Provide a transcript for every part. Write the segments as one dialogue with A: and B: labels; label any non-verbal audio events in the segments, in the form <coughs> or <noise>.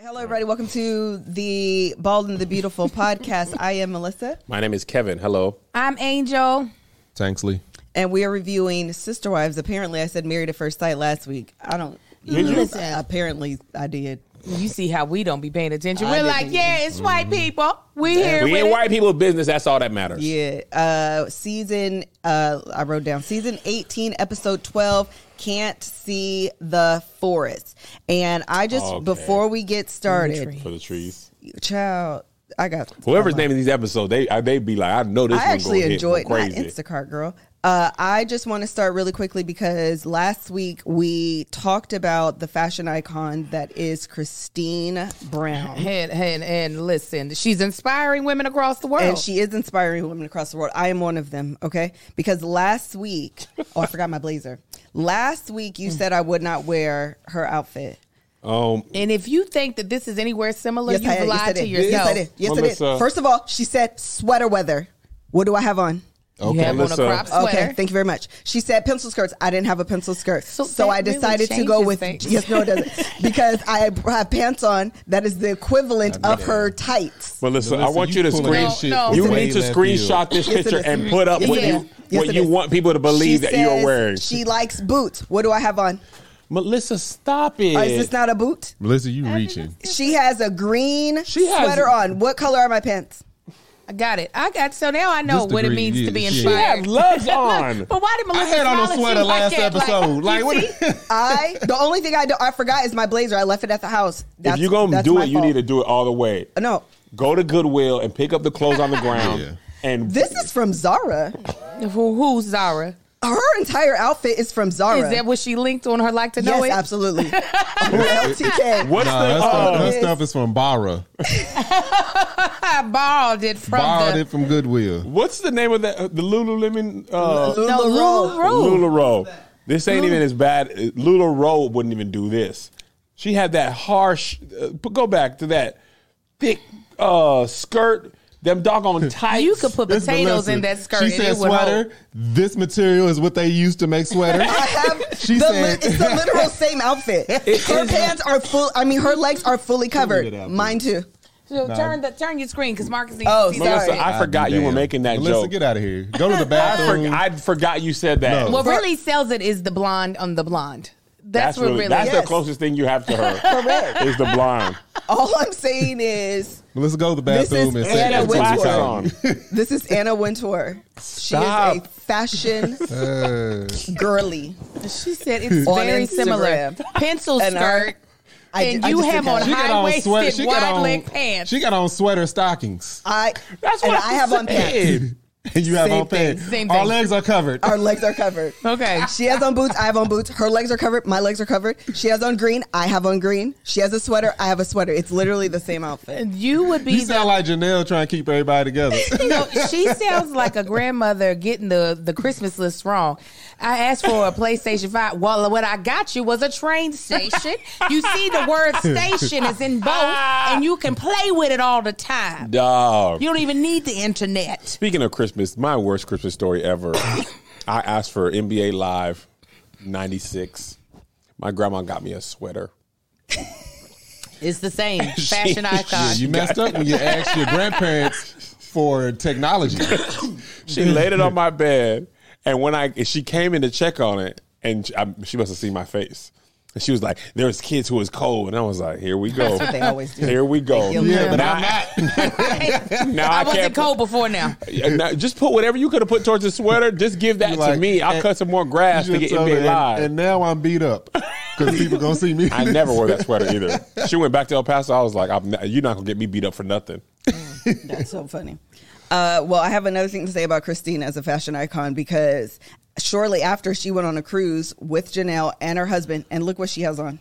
A: Hello, everybody. Welcome to the Bald and the Beautiful podcast. I am Melissa,
B: My name is Kevin. Hello.
C: I'm Angel.
D: Tanksley.
A: and we are reviewing Sister Wives. Apparently, I said Married at First Sight last week. I don't. Listen, apparently, I did.
C: You see how we don't be paying attention.
A: I
C: We're
A: didn't
C: like,
A: either.
C: yeah, it's white people. Mm-hmm. We here.
B: We
C: with
B: in
C: it.
B: white people business. That's all that matters.
A: Yeah. Uh, season. Uh, I wrote down season eighteen, episode twelve. Can't see the forest. And I just
B: Okay.
A: before we get started,
C: tree.
B: For the trees.
A: child, I got
B: Whoever's
A: I'm
B: naming these episodes, they I- they be like, I know this.
A: I
B: one
A: actually
B: gonna hit
A: enjoyed not
B: crazy.
A: Instacart girl. Uh, I just want to start really quickly because last week we talked about the fashion icon that is Christine Brown.
C: And, and, and listen, she's inspiring women across the world.
A: And she is inspiring women across the world. I am one of them, okay? Because last week, <laughs> oh, I forgot my blazer. Last week, you said I would not wear her outfit.
B: Um,
C: and if you think that this is anywhere similar,
A: Yes, I
C: you've
A: did. Yes, I
C: lied to
A: did.
C: yourself.
A: Yes, I did. Yes, I
B: Melissa.
A: did. First of all, she said sweater weather. What do I have on?
C: You have on a
B: Melissa.
C: crop sweater.
A: Okay, thank you very much. She said pencil skirts. I didn't have a pencil skirt, so,
C: So
A: I
C: that really
A: decided to
C: changes
A: go with
C: things.
A: yes, no, it doesn't,
C: <laughs>
A: because I have pants on that is the equivalent of her tights.
B: Melissa, I want you to
D: pulling
B: screen.
D: that shit
C: No, no.
A: Oh,
D: from
B: You
D: way
B: need to
D: left
B: screenshot this
A: Yes, it
B: picture
A: is.
B: and put up what
C: Yeah.
B: you
A: Yes, it
B: what you
A: is.
B: want people to believe
A: She
B: that you are
A: says
B: wearing.
A: She likes boots. What do I have on?
B: Melissa, stop it.
A: Oh, is this not a boot?
D: Melissa, you reaching.
A: She has a green
B: She has-
A: sweater on. What color are my pants?
C: I got it. I got so now I know
D: This
C: what it
D: degree,
C: means to be
D: yeah,
B: she
C: inspired.
A: <laughs>
B: had lugs on.
C: <laughs> But why did
D: I
C: Melissa
D: had on
C: smile
D: a
C: at
D: sweater
C: you like
D: last
C: that? Like,
D: episode. Like,
C: you
D: what?
B: <laughs>
C: see?
A: I the only thing I do, I forgot is my blazer. I left it at the house.
B: if you're gonna
A: that's
B: do
A: my
B: it, you
A: fault.
B: need to do it all the way.
A: no.
B: Go to Goodwill and pick up the clothes
A: <laughs>
B: on the ground.
D: Yeah.
B: And
A: This is from Zara.
C: <laughs> Who, who's Zara?
A: Her entire outfit is from Zara.
C: Is that what she linked on her like to know
A: yes,
C: it?
A: absolutely.
C: <laughs>
A: LTK.
B: what's
D: Nah,
B: the uh,
D: that stuff, that
A: yes.
D: stuff is from Barra.
C: I borrowed it from
D: Borrowed
C: the
D: it from Goodwill.
B: What's the name of that? Uh, the Lululemon. Uh,
A: Lulu
C: No,
A: roll.
C: Lulu roll.
B: Lularoe. This ain't even as bad. Lularoe wouldn't even do this. She had that harsh. Uh, but go back to that thick uh, skirt. Them doggone tights.
C: You could put
D: This
C: potatoes
D: Melissa.
C: in that skirt.
D: She
C: and
D: said
C: it would hold.
D: sweater. This material is what they use to
C: <laughs>
D: make sweaters.
A: I have
D: She
A: the
D: said- <laughs>
A: li- it's the literal same outfit. her pants are full. I mean, her legs are fully
D: it
A: covered.
D: out,
A: Mine too.
C: So turn the turn your screen because Marcus needs
A: Oh,
C: to see
A: sorry.
C: that.
B: Melissa, I
D: I'd
B: forgot
D: be
B: you were
D: damned.
B: making that
D: Melissa,
B: joke.
D: get out of here.
C: <laughs>
D: Go to the
B: I, for-
D: bathroom.
B: I forgot you said that.
D: No.
C: What really sells it is the blonde on the blonde. That's,
B: that's
C: what
B: really,
C: really.
B: that's
A: Yes.
B: the closest thing you have to her. Correct. Is the blonde.
A: All I'm saying is
D: Melissa, go to the
A: This
D: bathroom
A: is
D: and
A: Anna
D: say
B: That's
A: Wintour.
B: glasses
A: Winter.
B: on.
A: this is Anna Wintour. She
B: Stop.
A: is a
D: <laughs>
A: fashion
D: Uh,
A: girly.
C: She said <laughs> it's
A: On
C: very similar.
A: Instagram.
C: Pencil
A: And
C: skirt.
A: I-
C: and
A: I
C: you
A: just
C: have
A: didn't
C: on
A: have
D: she got
C: high
D: on sweater. She
C: waisted
D: got
C: wide
D: on
C: leg pants.
D: She got on sweater stockings.
A: I
B: That's
A: and
B: what
A: I have on pants.
D: And <laughs> you have
A: Same
D: on
A: thing,
D: pants.
C: same
D: Our
C: thing.
D: legs are covered.
A: Our legs are covered.
C: okay.
A: She has on boots. I have on boots. Her legs are covered. My legs are covered. She has on green. I have on green. She has a sweater. I have a sweater. It's literally the same outfit.
C: You would be
D: You sound like Janelle trying to keep everybody together.
C: No, she sounds like a grandmother getting the, the Christmas list wrong. I asked for a PlayStation 5. Well, what I got you was a train station. You see, the word station is in both, and you can play with it all the time.
B: Dog.
C: You don't even need the internet.
B: Speaking of Christmas, my worst Christmas story ever. I asked for NBA Live 96. My grandma got me a sweater.
C: It's
B: <laughs>
C: the same fashion
D: Yeah,
C: icon.
D: you messed up when you asked your grandparents for technology. <laughs>
B: She laid it on my bed, and when I she came in to check on it, and she, I, she must have seen my face. And she was like, "There's kids who is cold," and I was like, "Here we go."
A: That's what they always do.
B: Here we go.
A: They feel Yeah,
D: but
B: now,
D: I'm
B: now I,
C: I wasn't
B: can't. uh,
C: cold before now.
B: Now, just put whatever you could have put towards the sweater. Just give that
D: You're like,
B: to me. I'll
D: and-
B: cut some more grass
D: You
B: to get
D: told
B: NBA
D: her,
B: Live.
D: And, and now I'm beat up because people gonna see me.
B: I never wore that sweater either. She went back to El Paso. I was like, I'm not, "You're not gonna get me beat up for nothing."
A: That's so funny. Uh, well, I have another thing to say about Christine as a fashion icon because shortly after she went on a cruise with Janelle and her husband, and look what she has on.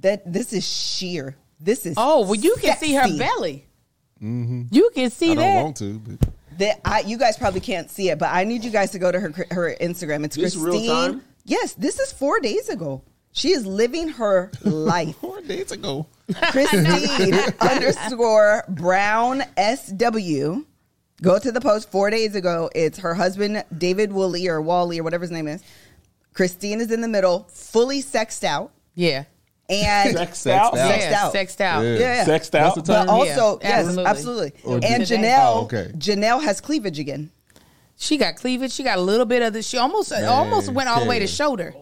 A: That this is sheer. This is
C: Oh, well, you can see her
A: sexy.
C: belly. You can see
D: <laughs> Mm-hmm. I
C: that.
D: don't want to. But
A: That I, you guys probably can't see it, but I need you guys to go to her her Instagram. It's
B: This real
A: Christine.
B: time?
A: Yes, this is four days ago. She is living
B: <laughs>
A: her life.
D: four days ago,
A: Christine underscore Brown SW. Go to the post four days ago. It's her husband, David Woolley or Wally or whatever his name is. Christine is in the middle, fully sexed out.
C: yeah.
A: and
B: <laughs> Sexed
D: Sexed
B: out.
D: out.
B: Yeah.
A: Sexed out.
C: Sexed out.
D: Yeah.
A: Yeah, yeah.
B: Sexed
D: That's
B: out.
D: the term?
A: But also,
C: Yeah,
A: yes,
C: absolutely.
A: absolutely.
D: Or
A: And
C: today.
A: Janelle,
D: Oh, okay.
A: Janelle has cleavage again.
C: She got cleavage. She got a little bit of the. She almost almost went all the way to
D: Karen.
C: shoulder.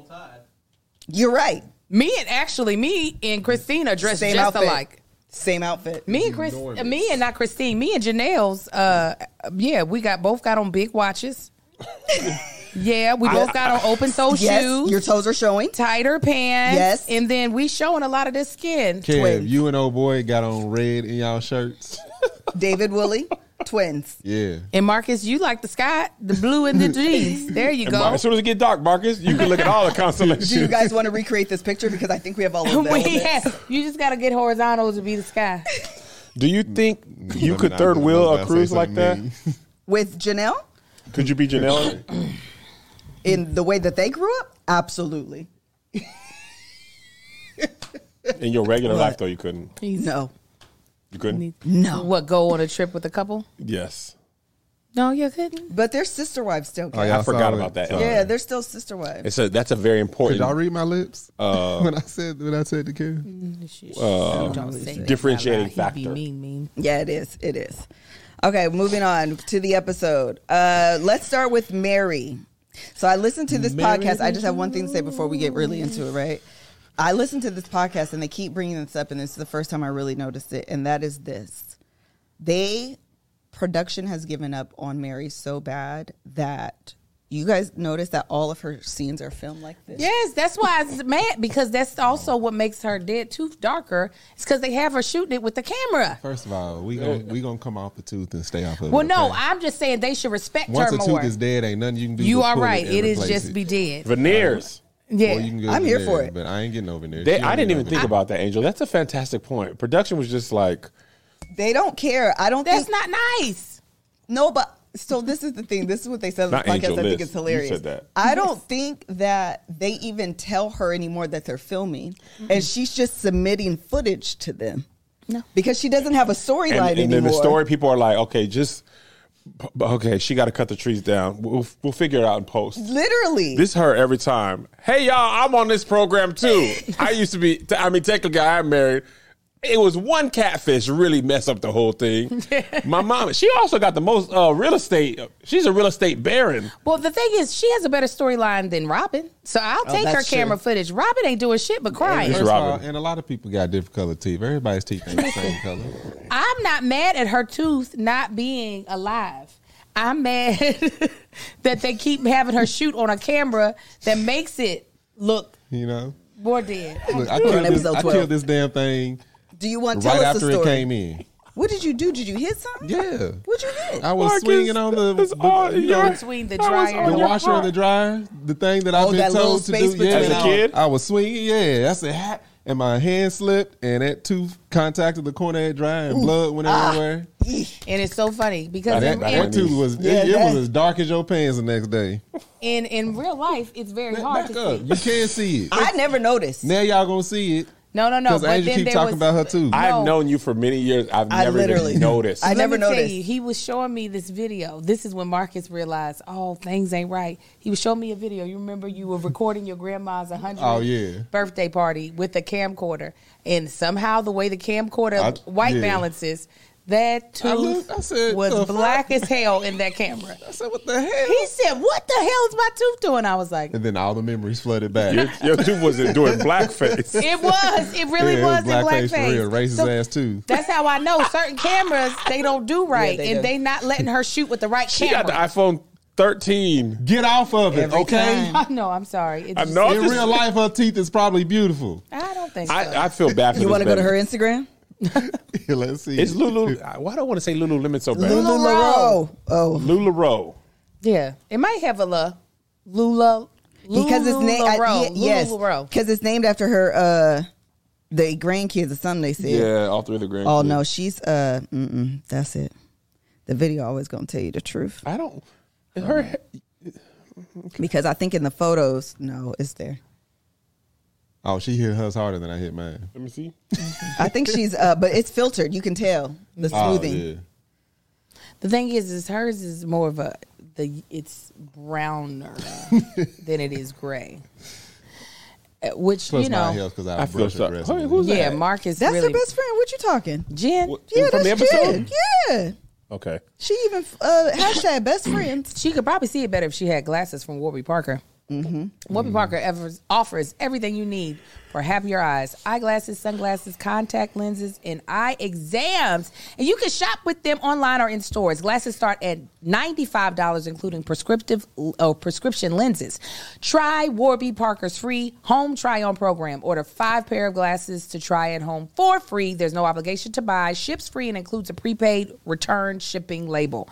A: You're right.
C: Me and actually me and Christina dressed
A: Same
C: just
A: outfit.
C: alike.
A: Same outfit.
C: Me and Chris,
D: Enormous.
C: uh, me and not Christine, me and Janelle's. Uh, yeah, we got both got on big
D: <laughs>
C: watches. yeah, we both got on open toe
A: Yes,
C: shoes,
A: your toes are showing.
C: tighter pants.
A: Yes.
C: and then we showing a lot of this skin.
D: Kev,
A: twins.
D: you and old boy got on red in y'all shirts.
A: David
C: <laughs>
A: Woolley, twins.
D: Yeah.
C: And Marcus, you like the sky, the blue
D: <laughs>
C: and the jeans. There you
B: And
C: go.
B: Mar- as soon as it get dark, Marcus, you can look at all the constellations.
A: Do you guys want to recreate this picture? Because I think we have all
D: <laughs>
A: of them.
C: <laughs> we have, you just gotta get horizontal to be the sky.
B: Do you think you
D: I'm
B: could
D: not
B: third
D: gonna-
B: wheel
D: I'm
B: a
D: about to
B: cruise
D: say
B: like that?
D: something
A: With Janelle,
B: Could you be Janelle?
D: <laughs>
A: in the way that they grew up, absolutely.
B: In your regular
A: What?
B: life, though, you couldn't.
A: No,
B: You couldn't.
A: no.
C: What go on a trip with a couple?
B: Yes.
C: No, you couldn't.
A: But they're sister wives still. Kat.
D: Oh, y'all
B: I forgot
D: saw
B: about that.
D: Sorry.
A: Yeah, they're still sister wives.
B: It's a, that's a very
D: <laughs> Did
B: important
D: y'all read my lips <laughs> when I said when I said to Kev?
C: Don't say that out
B: differentiating
C: loud. He'd Be
B: factor.
C: mean, mean.
A: Yeah, it is. It is. Okay, moving on to the episode. Uh, let's start with Mary. So I listened to this podcast. I just have one thing to say before we get really into it, right? I listened to this podcast and they keep bringing this up, and this is the first time I really noticed it, and that is this. They, production has given up on Mary so bad that you guys notice that all of her scenes are filmed like this.
C: Yes, that's why I was mad because that's also what makes her dead tooth darker. It's because they have her shooting it with the camera.
D: First of all, we gonna we gonna come off the tooth and stay off of it.
C: Well, no,
D: okay?
C: I'm just saying they should respect
D: once
C: her
D: a
C: more.
D: tooth is dead, ain't nothing you can do.
C: you
D: but
C: are
D: pull
C: right.
D: and
C: It is
D: replace
C: just
D: it.
C: be dead.
B: veneers.
C: Yeah.
D: Or you can go
A: I'm here
D: veneer,
A: for it.
D: but I ain't getting over there.
B: They, I didn't even think about that, Angel. That's a fantastic point. Production was just like,
A: They don't care. I don't
C: that's
A: think
C: not nice.
A: No, but so this is the thing. This is what they said on the
B: Not
A: podcast.
B: Angel
A: I
B: List.
A: think it's hilarious.
B: You said that.
A: I don't think that they even tell her anymore that they're filming, and she's just submitting footage to them. No, because she doesn't have a
B: and,
A: storyline
B: and
A: anymore.
B: then the story people are like, okay, just b- b- okay. She got to cut the trees down. We'll we'll figure it out in post.
A: Literally,
B: This her every time. Hey y'all, I'm on this program too. I used to be. I mean, technically, I'm married. It was one catfish really mess up the whole
D: <laughs>
B: thing. My mom, she also got the most uh, real estate. She's a real estate baron.
C: Well, the thing is, she has a better storyline than Robin, so I'll take her
A: that's true.
C: camera footage. Robin ain't doing shit but crying.
B: It's
D: First of all,
B: Robin.
D: and a lot of people got different color teeth. Everybody's teeth ain't the same color.
C: I'm not mad at her tooth not being alive. I'm mad <laughs> that they keep having her shoot on a camera that makes it look
D: You know.
C: more dead.
D: Look, I killed, this,
A: Episode
D: I
A: 12.
D: killed this damn thing
A: do you want to
D: right
A: tell us
D: after
A: the
D: it
A: story?
D: came in.
A: What did you do? Did you hit something?
D: Yeah.
A: What'd you hit?
D: I was
B: Marcus,
D: swinging on the,
B: it's all
D: the, you
B: your-
D: know,
C: Between the
B: I was
C: dryer.
B: on
D: the
B: Oh, your
D: washer and the
B: front.
D: dryer, the thing that I've
A: Oh,
D: been
A: that little
D: told to
A: space
D: do. Yeah,
A: between
D: and
B: As a
D: I-
B: kid?
D: I was swinging. Yeah, I said, "Ha," and my hand slipped, and that tooth contacted the corner of the dryer, and blood went everywhere.
C: And it's so funny
B: That-
C: because
D: That,
C: in,
B: that-
C: in,
D: that tooth was
A: Yeah,
D: it, it was
A: that-
D: as dark as your pants the next day.
C: in, in real life, it's very hard
D: Back
C: to
D: up,
C: see.
D: you can't see it.
A: I never noticed.
D: <laughs> Now y'all gonna see it
C: No, no, no.
D: because
C: but
D: Angel
C: then
D: keep
C: there
D: talking
C: was-
D: about her tooth.
C: No.
B: I've known you for many years. I've
A: I
B: never even
A: literally-
B: noticed.
A: I
C: Let
A: never
C: me tell
A: noticed.
C: you, he was showing me this video. This is when Marcus realized, oh, things ain't right. He was showing me a video. You remember you were recording your grandma's 100th
D: Oh, yeah.
C: birthday party with a camcorder. And somehow the way the camcorder
D: I-
C: white
D: yeah.
C: balances, that
D: I
C: tooth
D: looked, I said, "The
C: was
D: fuck?"
C: black as hell in that camera.
D: I said, "What the hell?"
C: He said, what the hell is my tooth doing? I was like,
D: and then all the memories flooded back.
B: Your, your tooth wasn't doing blackface.
C: it was.
D: <laughs>
C: It really
D: Yeah,
C: was, in
D: blackface for real,
C: blackface.
D: racist
C: So
D: ass tooth.
C: That's how I know certain cameras they don't do right,
A: Yeah, they
C: and
A: don't.
C: they not letting her shoot with the right
B: She
C: camera.
B: got the iPhone 13.
D: Get off of it,
A: Every
D: okay?
A: time.
C: <laughs> I know. I'm sorry. It's
B: I
C: just-
B: know.
D: In real life, her teeth is probably beautiful. <laughs>
C: I don't think so.
B: I, I feel bad for
A: You
B: this
A: want to go to
B: baby.
A: her Instagram?
D: Let's see.
B: It's Lulu. Why do I want to say Lululemon so bad?
A: Lulu
C: LaRoe.
A: Oh,
B: Lularoe.
C: yeah, it might have a la, Lula, Lula
A: because it's named
C: Rowe,
A: yes,
C: Lula Rowe.
A: because it's named after her. Uh, the grandkids or something they said.
B: Yeah, all three of the grand.
A: Oh no, she's uh, mm-mm, that's it. The video always gonna tell you the truth
B: I don't. Her.
A: because I think in the photos, no, it's there.
D: oh, she hit hers harder than I hit mine.
B: Let me see.
A: I think she's uh, but it's filtered. You can tell the
D: Oh,
A: smoothing.
D: yeah.
C: The thing is, is hers is more of a the it's browner than it is gray. Uh, which
D: Plus
C: you
D: my
C: know,
D: health because I,
B: I feel
D: brush it
B: sorry.
D: regularly.
B: Who- who's
C: yeah,
B: that?
C: Marcus.
A: That's
C: really,
A: her best friend. What you talking?
C: Jen,
A: Yeah,
B: from the
A: that's
B: episode?
A: Jen. Yeah.
B: Okay.
A: She even uh, hashtag best friends.
C: she could probably see it better if she had glasses from Warby Parker. Mm-hmm. Warby Parker ever offers everything you need for happier eyes: eyeglasses, sunglasses, contact lenses, and eye exams. And you can shop with them online or in stores. Glasses start at ninety-five dollars, including prescriptive or prescription lenses. Try Warby Parker's free home try-on program. Order five pair of glasses to try at home for free. There's no obligation to buy. Ships free and includes a prepaid return shipping label.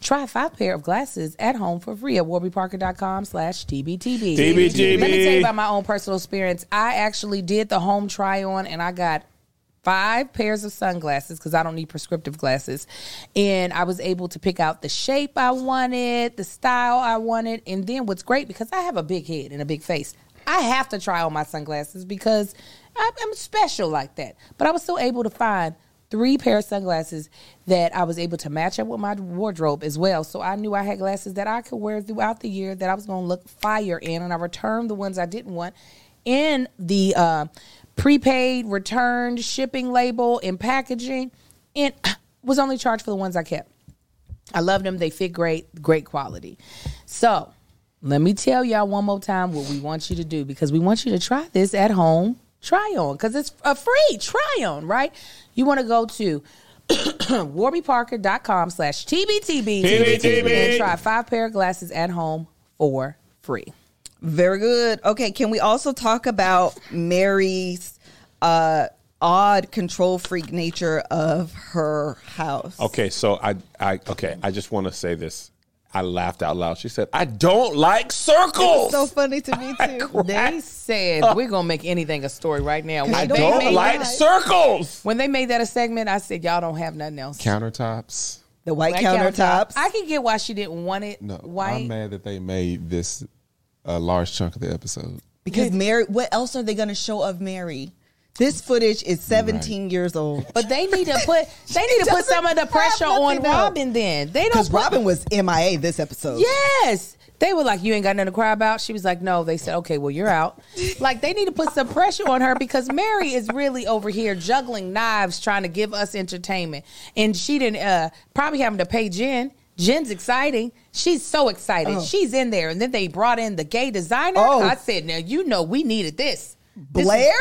C: Try five pair of glasses at home for free at warbyparker.com slash TBTB.
B: TBTB.
C: Let me tell you about my own personal experience. I actually did the home try on and I got five pairs of sunglasses because I don't need prescriptive glasses. And I was able to pick out the shape I wanted, the style I wanted. And then what's great, because I have a big head and a big face, I have to try on my sunglasses because I'm, I'm special like that. But I was still able to find three pair of sunglasses that I was able to match up with my wardrobe as well. So I knew I had glasses that I could wear throughout the year that I was going to look fire in. And I returned the ones I didn't want in the uh, prepaid returned shipping label and packaging and <clears throat> was only charged for the ones I kept. I love them. They fit great, great quality. So let me tell y'all one more time what we want you to do because we want you to try this at home. Try on because it's a free try on, right? You want to go to <clears throat> warbyparker.com slash TBTB
B: TBTB.
C: and try five pair of glasses at home for free.
A: Very good. Okay, can we also talk about Mary's uh, odd control freak nature of her house?
B: Okay, so I, I okay, I just want to say this. I laughed out loud. She said, "I don't like circles."
A: So funny to
B: <laughs>
A: me too.
C: They said we're gonna make anything a story right now. When
B: I
C: they
B: don't
C: made
B: like
C: that-
B: circles.
C: when they made that a segment, I said y'all don't have nothing else.
D: Countertops.
A: The white
C: Black
A: countertops.
C: I can get why she didn't want it.
D: No,
C: white.
D: I'm mad that they made this a large chunk of the episode.
A: because Mary, what else are they going to show of Mary? This footage is 17 years old.
C: But they need to put
A: <laughs>
C: they need to put some of the
A: have
C: pressure on
A: nothing else.
C: Robin. Then they don't.
A: Because
C: Put,
A: Robin was MIA this episode.
C: yes, they were like, "You ain't got nothing to cry about." She was like, "No." They said, "Okay, well,
A: <laughs>
C: you're out." like they need to put some pressure on her because Mary is really over here juggling knives, trying to give us entertainment, and she didn't uh, probably having to pay Jen. Jen's exciting. She's so excited. She's in there, and then they brought in the gay designer.
A: Oh.
C: I said, "Now you know we needed this." This is-
A: Blair?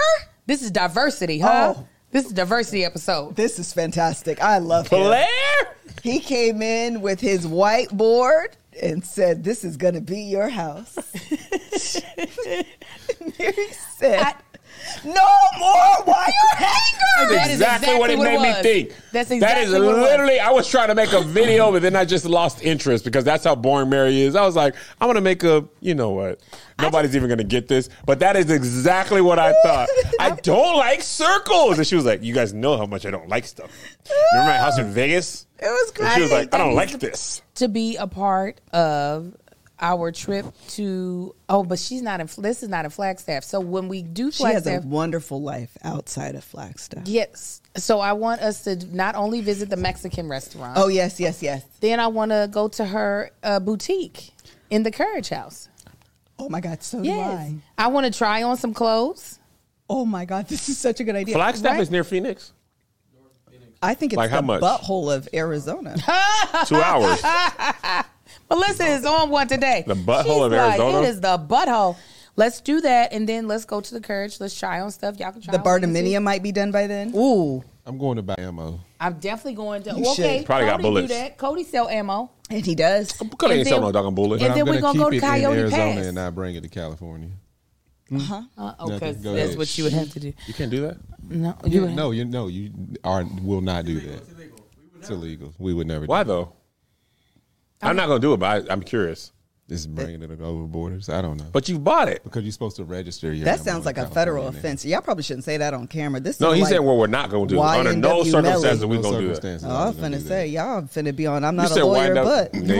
C: This is diversity, huh?
A: Oh.
C: This is diversity episode.
A: This is fantastic. I love him.
B: Blair,
A: He came in with his whiteboard and said, This is going to be your house. <laughs> Mary said,
C: I-
A: No more wire hangers.
C: That is exactly
B: what it
C: what it
B: made me
C: was.
B: think.
C: That's
B: that is
C: exactly what it was.
B: literally. I was trying to make a video, but then I just lost interest because that's how boring Mary is. I was like, I'm gonna make a. You know what? Nobody's even gonna get this. But that is exactly what I
C: <laughs>
B: thought. I don't like circles, and she was like, "You guys know how much I don't like stuff." Remember my house in Vegas?
A: It was
B: And she was
A: crazy.
B: like,
A: That
B: "I don't
A: means
B: like this."
C: to be a part of our trip to oh, but she's not in. This is not in Flagstaff. So when we do
A: She has a
C: Flagstaff,
A: wonderful life outside of Flagstaff.
C: yes. So I want us to not only visit the Mexican restaurant,
A: Oh, yes, yes, yes.
C: then I want to go to her uh, boutique in the Courage House.
A: Oh my God, so do
C: Yes,
A: I.
C: I want to try on some clothes.
A: Oh my God, <laughs> this is such a good idea.
B: Flagstaff
A: Right?
B: is near Phoenix.
A: I think it's
B: Like,
A: the
B: how much?
A: butthole of Arizona.
B: Two
C: <laughs>
B: hours.
C: Melissa is on one today.
B: The butthole of Arizona?
C: It is the butthole. Let's do that, and then let's go to the Courage. Let's try on stuff. Y'all can try
A: the
C: on what you see.
A: Bardominia might be done by then.
C: Ooh,
D: I'm going to buy ammo.
C: I'm definitely going to.
A: You
C: Well, okay,
A: should.
B: Probably got
C: Cody
B: bullets.
C: Do that. Cody sell ammo.
A: And he does.
B: Could
C: And
B: ain't sell
C: then-
B: no doggone bullet.
C: and
D: But
C: then
D: I'm
C: we're
D: gonna
C: gonna go
D: keep
C: to
D: it in
C: Coyote
D: Arizona
C: Pass.
D: and not bring it to California.
C: Uh, oh,
D: Nothing.
C: because
D: Go
C: that's
D: ahead.
C: what you would have to do.
B: You can't do that.
C: No, you
D: You,
C: would
D: no, you no, you are will not do that. It's illegal. We would never.
B: Why
D: do
B: though? I'm not gonna do it, but I, I'm curious.
D: it. It's bringing it over borders. I don't know.
B: But you bought it.
D: because you're supposed to register your.
A: That
D: ammo
A: sounds
D: in
A: like a
D: California
A: federal
D: now.
A: offense. Y'all probably shouldn't say that on camera. This
B: No,
A: is
B: he
A: like,
B: said well, we're not gonna do it. Under no
A: YNW Melly.
B: circumstances we
D: No
B: gonna do that.
D: circumstances
A: Oh,
D: I'm
A: I
D: not
A: was
D: gonna
A: finna
D: do
A: say, y'all finna be on. I'm not
B: you
A: a
B: said
A: lawyer,
B: wind up,
A: but
B: nigga.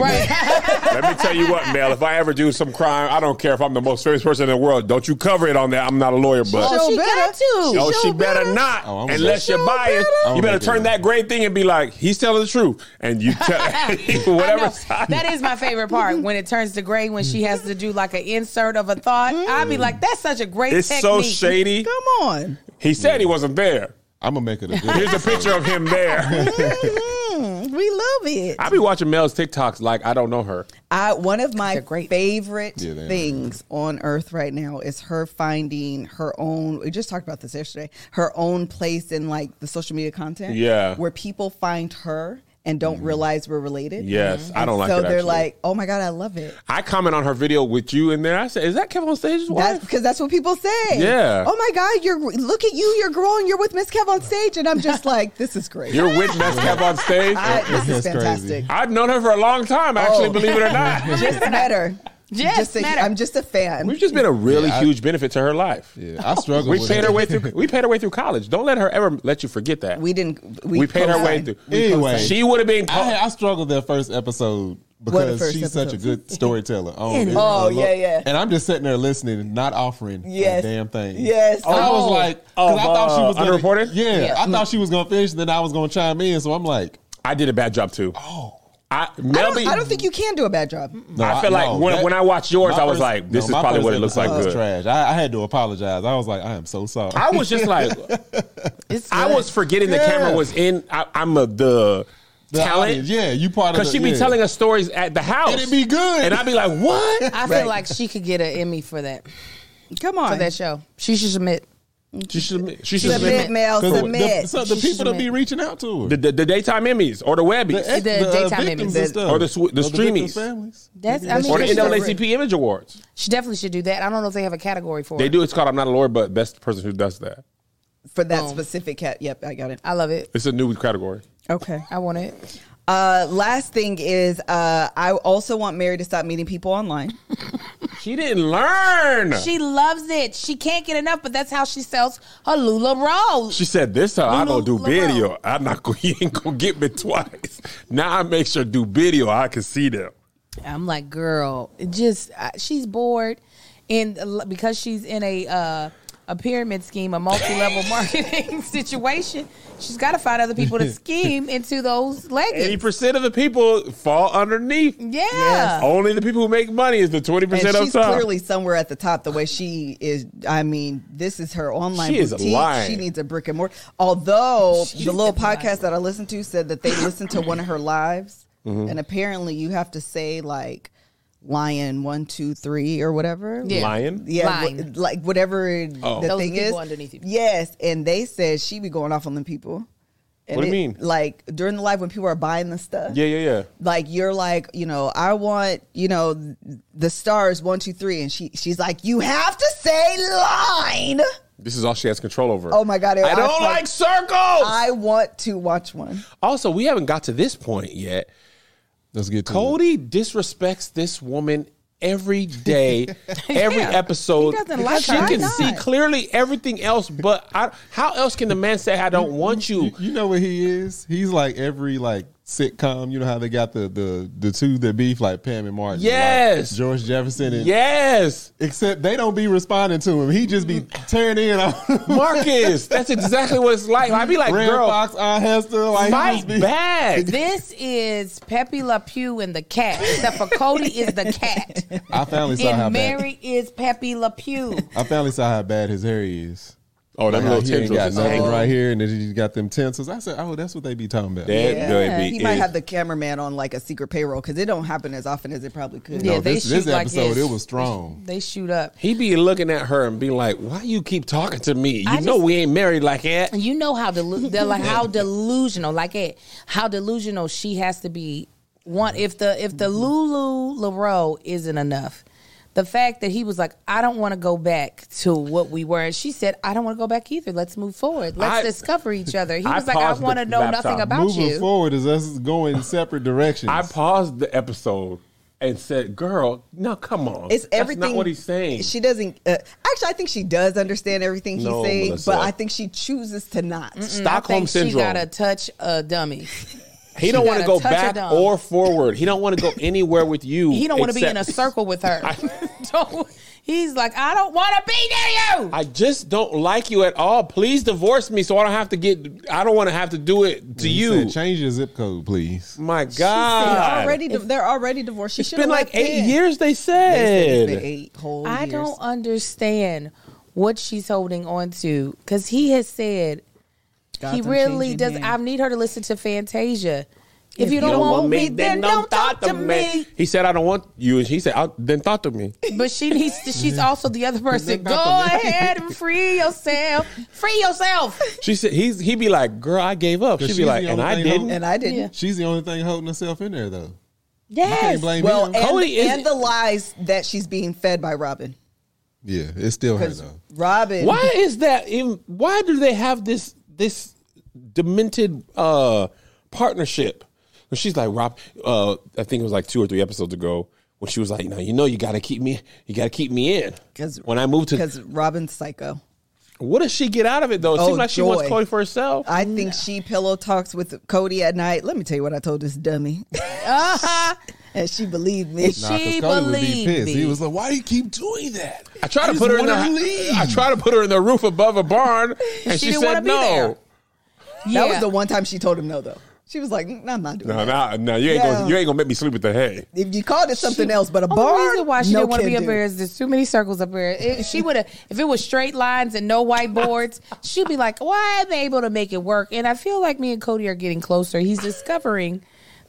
B: <laughs>
C: Right.
B: Let me tell you what, Mel. If I ever do some crime, I don't care if I'm the most famous person in the world. Don't you cover it on that. I'm not a lawyer, but
A: Sure
C: Oh, she
A: better.
C: got to.
B: oh, she better, not.
D: Oh, I'm
B: Unless
D: gonna-
B: you're biased,
D: I'm
B: you better
D: gonna do
B: turn
D: that.
B: that great thing and be like, he's telling the truth, and you tell <laughs>
C: I know.
B: whatever. side-
C: That is my favorite part when it turns to Gray when she has to do like an insert of a thought. I'd be like, that's such a great
B: It's so
C: technique.
B: shady.
A: Come on.
B: He said he wasn't there.
D: I'm gonna make
B: <laughs>
D: it a good.
B: Here's a
D: episode.
B: picture of him there.
A: Mm, we love it.
B: I be watching Mel's TikToks like I don't know her.
A: I one of my
C: They're great.
A: favorite
D: Yeah, they are.
A: things on earth right now is her finding her own we just talked about this yesterday, her own place in like the social media content.
B: Yeah. Mm-hmm.
A: Where people find her and don't realize we're related.
B: Yes, I don't like
A: so
B: it,
A: they're
B: actually.
A: like, Oh my God, I love it.
B: I comment on her video with you in there. I said, "Is that Kevin on stage's
A: That's
B: wife?"
A: because that's what people say.
B: Yeah.
A: Oh my God, you're look at you, you're growing, you're with Miss Kev on stage, and I'm just like, this is great.
B: You're with Miss
D: <laughs>
B: Kev on stage. <laughs>
A: I, this is
D: That's crazy.
A: fantastic.
B: I've known her for a long time, actually,
A: Oh.
B: believe it or
D: <laughs>
B: not. <laughs>
A: Just better.
C: Just
A: a,
C: met her.
A: I'm just a fan.
B: We've just been a really
D: Yeah, I-
B: huge benefit to her life.
D: Yeah, I struggle.
B: We
D: with
B: paid
D: it.
B: her way through. We paid her way through college. Don't let her ever let you forget that.
A: We didn't.
B: we, paid her way
A: co-signed.
B: through.
D: Anyway,
B: she would have been.
D: I, had- I struggled that first episode because
A: first
D: she's such a
A: episode?
D: good storyteller. Oh, it-
A: Oh, yeah, yeah.
D: And I'm just sitting there listening, and not offering
A: Yes.
D: a damn thing.
A: Yes.
D: And I was
A: Oh.
D: like, because I
B: Of,
D: thought she
B: uh,
D: was gonna,
B: underreported?
D: Yeah,
C: Yeah.
D: I thought she was gonna finish, then I was gonna chime in. So I'm like,
B: I did a bad job too. Oh, I
A: I
B: Melby.
A: don't, I don't think you can do a bad job.
D: no,
B: I feel like when- when I watched yours, I
D: my
B: was
D: first-
B: like, this is
D: my
B: probably
D: first
B: what it looks like
D: episode was
B: good.
D: Trash. I, I had to apologize. I was like, I am so sorry.
B: I was just
D: <laughs>
B: like,
C: It's
B: I
C: good.
B: was forgetting the
D: Yeah.
B: camera was in. I, I'm a, the,
D: The
B: talent.
D: audience, yeah, you part of
B: Because
D: the-
B: she be
D: yeah.
B: telling us stories at the house.
D: And it be good.
B: And I'd be like, what?
C: I
A: Right.
C: feel like she could get an Emmy for that
A: Come on.
C: for that show. She should submit.
B: she should, she should
A: submit,
B: submit.
A: Mel.
D: 'Cause
A: Submit.
D: The, so the
C: She
D: people that be
C: submit.
D: reaching out to her,
B: The, the, the daytime Emmys or the Webbies.
D: ex- uh,
C: The daytime
D: victims
C: Emmys.
D: and
C: The-
D: stuff.
B: or the sw- the
D: Of victims'
B: streamies.
D: families.
C: That's I mean
B: or the
C: she,
B: NAACP Image Awards.
C: she definitely should do that. I don't know if they have a category for
B: They
C: it.
B: do. It's called I'm Not a Lawyer, but Best Person Who Does That.
A: For that specific cat. Yep, I got it.
C: I love it.
B: It's a new category.
A: Okay.
C: I want it.
A: Uh, last thing is, uh, I also want Mary to stop meeting people online.
B: She didn't learn. She,
C: She loves it. She can't get enough, but that's how she sells her LuLaRoe.
B: said, This time I don't do
C: Lulu
B: video.
C: Lavelle.
B: I'm <laughs> not going to gonna get me twice. Now I make sure do video. I can see them.
C: I'm like, girl, it just uh, she's bored, and uh, because she's in a uh, a pyramid scheme, a multi
D: <laughs>
C: level marketing <laughs> situation, she's got to find other people
D: <laughs>
C: to scheme into those leggings.
B: 80% of the people fall underneath.
C: Yeah,
D: Oh,
B: Only the people who make money is the 20%
A: And
B: up
A: she's
B: top.
A: clearly somewhere at the top. The way she is, I mean, this is her online
B: She is
A: boutique.
B: lying.
A: She needs a brick and mortar. Although the little
C: is lying.
A: podcast that I listened to said that they listened to one of her lives, and apparently you have to say like "lion one two three or whatever.
C: Yeah.
B: Lion?
A: Yeah,
C: Line.
A: wh- like whatever
B: Oh.
A: the
C: Those
A: thing
C: people
A: is.
C: underneath you.
A: Yes, and they said she be going off on them people. And
B: What do you
A: it-
B: mean?
A: Like during the live when people are buying the stuff
B: Yeah, yeah, yeah.
A: like you're like you know i want you know th- the stars one two three and she she's like you have to say line
B: This is all she has control over.
A: Oh my God,
B: I
A: I
B: don't
A: fuck-
B: like circles.
A: i want to watch one
B: also, we haven't got to this point yet.
D: Let's get to it.
B: Cody disrespects this woman every day, every
C: Yeah.
B: episode.
C: He doesn't like
B: she
C: her.
B: can
C: Why
B: see
A: not?
B: clearly everything else, but I, how else can the man say I don't want you?
D: You, you know what he is? He's like every like sitcom. You know how they got the the the two that beef like Pam and Martin, like
B: Yes.
D: George Jefferson, and
B: Yes,
D: except they don't be responding to him. He just be
C: Mm.
D: tearing
C: <laughs>
D: in on
B: Marcus. That's exactly what it's like. I'd be like,
D: Red
B: girl,
D: Fox, Aunt Hester, like he
B: fight
D: just be-
B: back.
C: This is Pepe Le Pew and the cat, except for Cody is the cat,
D: I finally <laughs> saw how
C: and
D: bad.
C: Mary is Pepe Le Pew.
D: I finally saw how bad his hair is.
B: Oh, that
D: Like how
B: little
D: he ain't
B: tendril
D: got
B: is
D: nothing
B: hanging.
D: right here, and then he got them tensils. I said, "Oh, that's what they be talking about."
B: That
A: Yeah.
B: baby
A: he might
B: is-
A: have the cameraman on like a secret payroll because it don't happen as often as it probably could
C: Yeah,
D: No,
C: they
D: this,
C: shoot
D: this
C: like
D: episode
C: this.
D: it was strong.
C: They shoot up.
B: He be looking at her and be like, "Why you keep talking to me? You
C: I
B: know
C: just-
B: we ain't married like that."
C: And you know how delu- they're
B: <laughs>
C: like how delusional, like it, how delusional she has to be. One, if the if
B: Mm-hmm.
C: the Lulu Laroe isn't enough, the fact that he was like, I don't want to go back to what we were, and she said, I don't want to go back either. Let's move forward. Let's
B: I- <laughs>
C: discover each other. He
B: I
C: was like, I
B: paused the
C: want to know
B: laptop.
C: nothing about
D: Moving
C: you.
D: forward is us going separate directions.
B: I paused the episode and said, "Girl, no, come on.
A: it's
B: That's
A: everything
B: not what he's saying.
A: she doesn't uh, actually i think she does understand everything he's
B: No,
A: saying
B: Melissa.
A: but i think she chooses to not
C: Mm, I
B: Stockholm
C: think she
B: syndrome.
C: got to touch a dummy.
B: he don't want to
C: gotta
B: go
C: touch her
B: back
C: dome.
B: or
C: <laughs>
B: forward. He don't want to go anywhere with you.
C: He don't want to be in
B: <laughs>
C: a
B: except-
C: circle with her. <laughs> don't, He's like, I don't want to be near you.
B: I just don't like you at all. Please divorce me so I don't have to get. I don't want to have to do it to
D: He
B: you.
D: said, change your zip code, please.
B: My
A: They're
B: God,
A: already, di- they're already divorced. She
B: it's
A: should have
B: been like
A: left
B: eight
A: then.
B: years. They
A: They
B: said.
A: said it's been eight whole
C: I
A: years.
C: don't understand what she's holding on to because he has said he
A: God's
C: really
A: unchanging
C: does.
A: man.
C: I need her to listen to Fantasia. If, you don't, want me, then don't talk to me.
B: He said, "I don't want you," and she said, I, "Then talk to me."
C: But she needs to, <laughs> she's also the other person. Go
D: talk to me.
C: ahead and free yourself. Free yourself.
B: She said, "He's he be like, girl, I gave up." She'd
D: she's
B: be like,
D: the
B: "And
D: only
B: I
D: thing
B: didn't."
A: And I didn't.
C: Yeah.
D: She's the only thing holding herself in there, though.
C: Yes.
D: Can't blame
A: Well,
D: him.
A: and,
B: Cody is-
A: and the lies that she's being fed by Robin.
D: yeah, it's still her
A: Because
D: though.
A: Robin,
B: Why is that? Even, why do they have this this demented uh, partnership? And she's like Rob. Uh, I think it was like two or three episodes ago when she was like, "No, you know, you got to keep me. You got to keep me in."
A: 'Cause-
B: when I moved to,
A: because Robin's psycho.
B: what does she get out of it though? It
A: Oh,
B: seems like she wants
A: joy.
B: Chloe for herself.
A: I
C: Mm.
A: think she pillow talks with Cody at night. Let me tell you what I told this dummy,
C: Uh-huh.
A: <laughs> and she believed me.
C: Nah. She believed me.
D: He was like, "Why do you keep doing that?"
B: I try to
D: just
B: put her in the.
D: wanna leave.
B: I try to put her in the roof above a barn, and
C: She
B: she,
C: didn't wanna
B: said
C: be
B: no.
C: there. Yeah.
A: That was the one time she told him no, though. She was like, "Mm, "I'm not doing
B: No,
A: that."
B: no, no! You ain't
A: Yeah.
B: gonna you ain't gonna make me sleep with the hay.
A: If you called it something else, but a
C: Only
A: bar,
C: reason why she
A: no
C: didn't want to
A: can
C: be up
A: do.
C: there is there's too many circles up here. If she would have, if it was straight lines and no
A: <laughs>
C: whiteboards, she'd be like, "Well, I'm able to make it work." And I feel like me and Cody are getting closer. He's discovering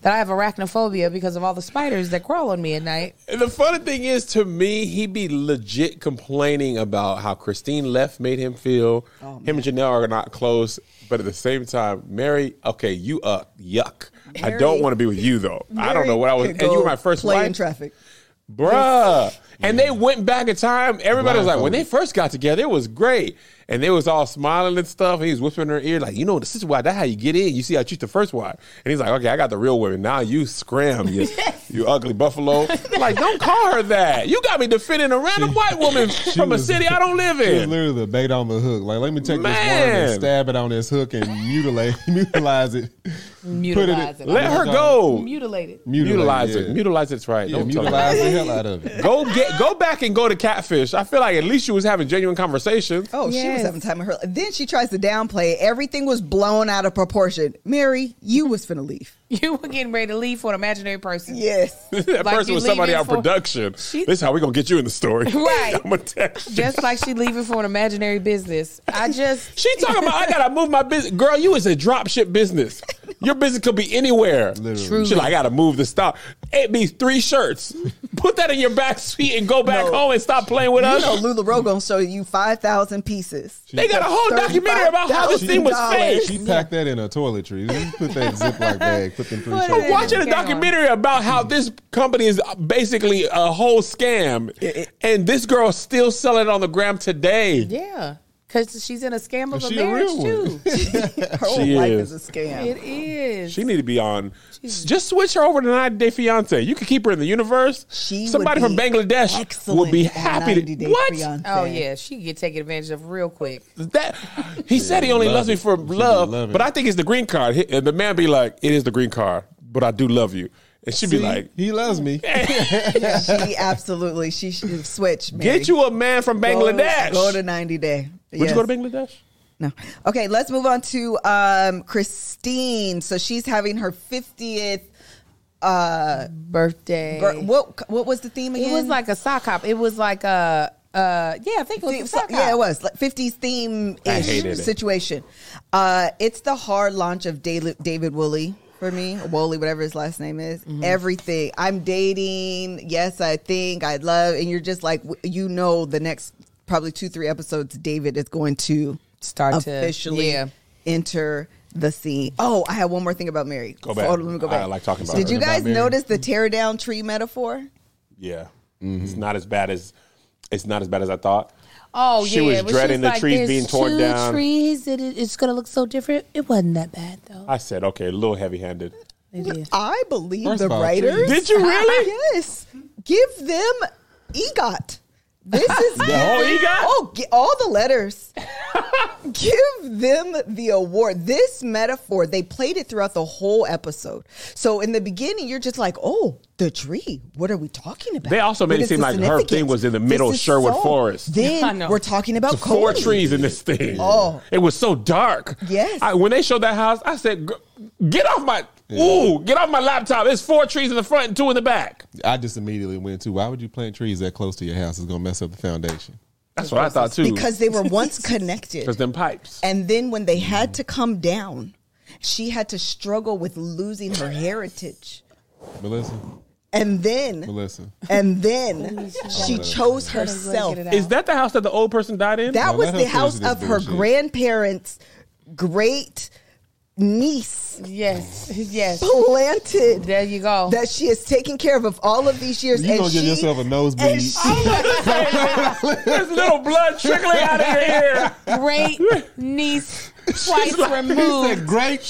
C: that I have arachnophobia because of all the spiders that crawl on me at night.
B: And the funny thing is, to me, he be legit complaining about how Christine left made him feel.
A: Oh,
B: him and Janelle are not close, but at the same time, Mary, okay, you uh, yuck. I don't
A: Mary-
B: want to be with you though. I don't know what I was,
A: Could
B: and you
A: go
B: were my first
A: play in
B: wife,
A: traffic.
B: bruh. And they went back in time. Everybody was like, when they
D: Blindfolded.
B: first got together, it was great, and they was all smiling and stuff. He was whispering in her ear like, you know, this is why that's how you get in. You see, I choose the first wife, and he's like, okay, I got the real women now. You scram,
D: <laughs>
B: you, you ugly buffalo. Like, don't call her that. You got me defending a random white woman
D: <laughs>
B: from
D: was-
B: a city I don't live
D: She was
B: in.
D: literally the bait on the hook. Like, let me take this worm
B: Man.
D: and stab it on this hook and mutilate, <laughs> mutilize it.
C: Mutilize it.
B: Let her go.
C: Mutilated.
B: Mutilize it.
D: yeah.
B: Mutilize it's right.
D: Yeah,
B: Don't tell her.
D: mutilize the hell out of it.
B: Go get go back and go to catfish. I feel like at least she was having genuine conversations.
A: Oh, she was
C: Yes.
A: having time of her. life. Then she tries to downplay. it. Everything was blown out of proportion. Mary, you was finna leave.
C: You were getting ready to leave for an imaginary person.
A: Yes,
B: <laughs> that
C: Like
B: person
C: you
B: was somebody
C: leaving
B: out
C: for-
B: production.
C: She-
B: this is how we gonna get you in the story.
C: <laughs> Right.
B: <laughs> I'm gonna text you.
C: Just like she leaving for an imaginary business. I just
B: She talking about I gotta move my business. Girl, you is a dropship business. Your business could be anywhere.
D: Literally.
C: Truly.
B: She like I gotta move the stock. It be three shirts. Put that in your back seat and go back
A: No.
B: home and stop playing with
A: you
B: us.
A: know Lularoe gonna show you five thousand pieces.
B: they got a whole documentary about how this thing was
A: $35,000.
B: fake.
D: She packed that in a toiletry. Just put that
C: <laughs>
D: Ziploc bag, put them three
C: Put it
D: shirts
B: I'm
D: in.
B: watching a
C: Yeah.
B: documentary about how this company is basically a whole scam, and this girl still selling it on the gram today.
C: yeah, because she's in a scam of
D: Is
C: a
D: she a
C: marriage
D: real
C: too.
D: one? <laughs>
A: Her whole
B: She
A: life
B: is.
A: is a scam.
C: It is.
B: She need to be on. Just switch her over to 90 Day Fiance. You could keep her in the universe.
A: She
B: Somebody
A: would
B: from
A: be
B: Bangladesh
A: excellent
B: would be
A: at
B: happy
A: 90
B: to.
A: Day
B: What?
A: Fiancé.
C: Oh yeah, she can get taken advantage of real quick.
B: That he said he only
D: love
B: loves me
D: it.
B: for
D: She be
B: love,
D: loving
B: but
D: it.
B: I think it's the green card. He- And the man be like, "It is the green card, but I do love you." And she'd be
A: <laughs>
D: See,
B: like,
D: he loves
A: <laughs>
D: me.
A: She absolutely. She should switch. Mary.
B: "Get you a man from
A: Go-
B: Bangladesh."
A: Go, to ninety day.
B: Would you go to
A: Yes.
B: Bangladesh?
A: No. Okay, let's move on to um, Christine. So she's having her fiftieth. Uh,
C: Birthday.
A: bir- what what was the theme again?
C: It was like a sock hop. It was like a uh yeah, I think it was a
A: So-
C: sock hop.
A: yeah, it was like fifties theme
B: I hated it.
A: situation. Uh, it's the hard launch of David, David Woolley for me, Woolley, whatever his last name is.
C: Mm-hmm.
A: Everything I'm dating, yes, I think I love, and you're just like w- you know the next probably two three episodes, David is going to
C: Start to-
A: officially
C: yeah.
A: enter the scene. Oh, I have one more thing about Mary.
B: Go back.
A: Oh, let me go
B: I
A: back.
B: like talking about
A: Did
B: her.
A: you
D: About
A: guys
D: Mary.
A: notice the tear down tree metaphor?
B: Yeah, it's
D: Mm-hmm.
B: not as bad as it's not as bad as I thought.
C: Oh
B: She
C: yeah.
B: was
C: but she's
B: dreading the
C: like,
B: trees
C: "There's
B: being torn
C: two
B: down."
C: Trees, it, it- it's gonna look so different. It wasn't that bad though.
B: I said, "Okay, a little heavy-handed."
C: It is.
A: I believe
D: First
A: the
D: of all,
A: writers.
B: Did you really?
A: yes. Give them EGOT. This is
B: whole
A: giving-
B: EGOT?
A: Oh, gi- all the letters. Give them the award. This metaphor, they played it throughout the whole episode. So in the beginning, you're just like, oh, the tree. What are we talking about?
B: They also made
A: What
B: it
A: is
B: seem
A: the
B: like her
A: significance?
B: thing was in the middle
A: This
B: of
A: is
B: Sherwood
A: so-
B: Forest.
C: I know.
A: Then we're talking about
B: It's four
A: Cody.
B: trees in this thing.
A: Oh.
B: it was so dark.
A: Yes.
B: I, when they showed that house, I said, "Gr- "Get off my ooh, get off my laptop." There's four trees in the front and two in the back.
D: I just immediately went to why would you plant trees that close to your house? It's gonna mess up the foundation.
B: That's what I thought too.
A: Because they were once connected.
B: because them pipes.
A: And then when they had to come down, she had to struggle with losing her heritage.
D: Melissa,
A: And then,
D: Melissa.
A: and then she chose
C: Let us, like,
A: herself.
C: get it out.
B: Is that the house that the old person died in?
A: That
D: Now,
A: was
D: let
A: the
D: her
A: house
D: finish
A: of
D: this
A: her
D: bullshit.
A: grandparents' great niece
C: Yes, <laughs> yes.
A: planted.
C: There you go.
A: That she is taking care of of all of these years.
D: You
A: and
D: gonna give
A: she-
D: yourself a nosebleed.
A: and <laughs> she-
B: <laughs> There's little blood trickling out of
A: <laughs>
B: your hair.
C: <laughs> Great
B: <laughs>
C: niece, twice
B: like-
C: removed.
D: great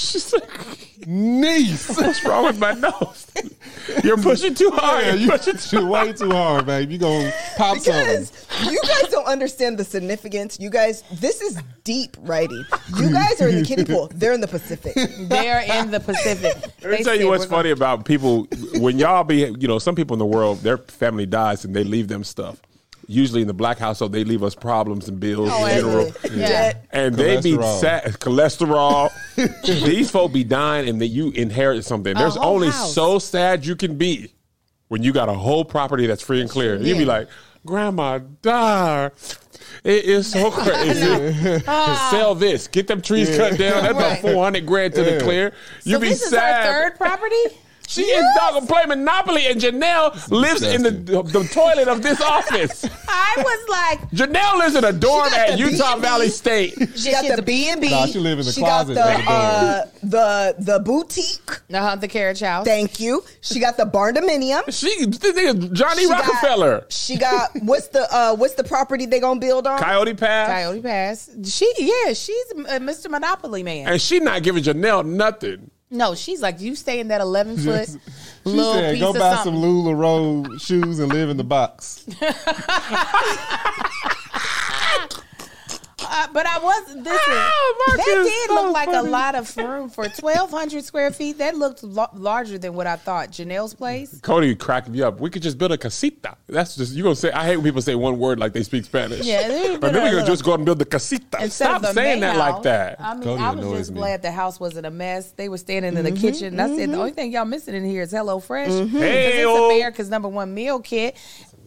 A: <laughs>
D: niece.
B: What's wrong with my nose? <laughs> You're pushing too hard.
D: Yeah,
B: You're
D: you <laughs>
B: pushing
D: pushing way too hard, babe. You gonna pop
A: because
D: something.
A: you guys don't understand the significance. You guys, this is deep writing. You guys are in the kiddie pool. They're in the Pacific.
C: They're in the Pacific.
B: <laughs> Let me tell you what's funny about people when y'all be you know some people in the world their family dies and they leave them stuff. Usually in the black household they leave us problems and bills
A: Oh,
B: and funeral.
C: Yeah.
B: And they be
D: Cholesterol.
B: sad, cholesterol. These folk be dying, and that you inherit something. There's
A: whole
B: only
A: house.
B: so sad you can be when you got a whole property that's free and clear. You be like, Grandma, die. It
C: <laughs>
B: is so crazy. Sell this. Get them trees cut down. That's
C: Ah.
B: about
C: Right.
B: four hundred grand to the clear. You
C: So
B: be
C: this
B: sad.
C: is our
B: <laughs>
C: third property?
B: She is dog and play Monopoly, and Janelle lives in the, the toilet of this office.
C: I was like,
B: Janelle lives in a dorm
A: got the
B: at Utah
A: B&B.
B: Valley State.
A: She got the B and B.
D: Nah, she live in the closet
A: Got
D: at
A: the,
D: the
A: uh, the the boutique.
C: uh-huh, the carriage house.
A: Thank you. She got the barn dominium.
B: She this nigga Johnny
A: She got-
B: Rockefeller,
A: she got what's the uh, what's the property they gonna build on?
B: Coyote Path,
C: Coyote Pass. She, yeah, she's uh, Mr. Monopoly Man.
B: and she not giving Janelle nothing.
C: No, she's like, you stay in that 11 foot
D: She
C: little
D: said,
C: piece
D: "Go
C: of
D: buy
C: something.
D: some Lularoe shoes and live in the box."
C: Uh, but I was, listen,
B: Ah, Marcus,
C: that did
B: so
C: look like
B: funny.
C: a lot of room for 1,200 square feet. That looked lo- larger than what I thought. Janelle's place.
B: Cody cracked me up. We could just build a casita. That's just you gonna say. I hate when people say one word like they speak Spanish.
C: Yeah, they
B: and
C: build
B: then
C: a
B: we could
C: little-
B: just go out and build the casita.
C: Instead
B: Stop
C: of the
B: saying
C: main
B: that like
C: house.
B: that.
C: I mean,
D: Cody
C: I was
D: annoys
C: just
D: me.
C: glad the house wasn't a mess. They were standing in the
B: Mm-hmm,
C: kitchen. And I said, the only thing y'all missing in here is Hello Fresh. Because
B: Hey-o.
C: it's America's number one meal kit.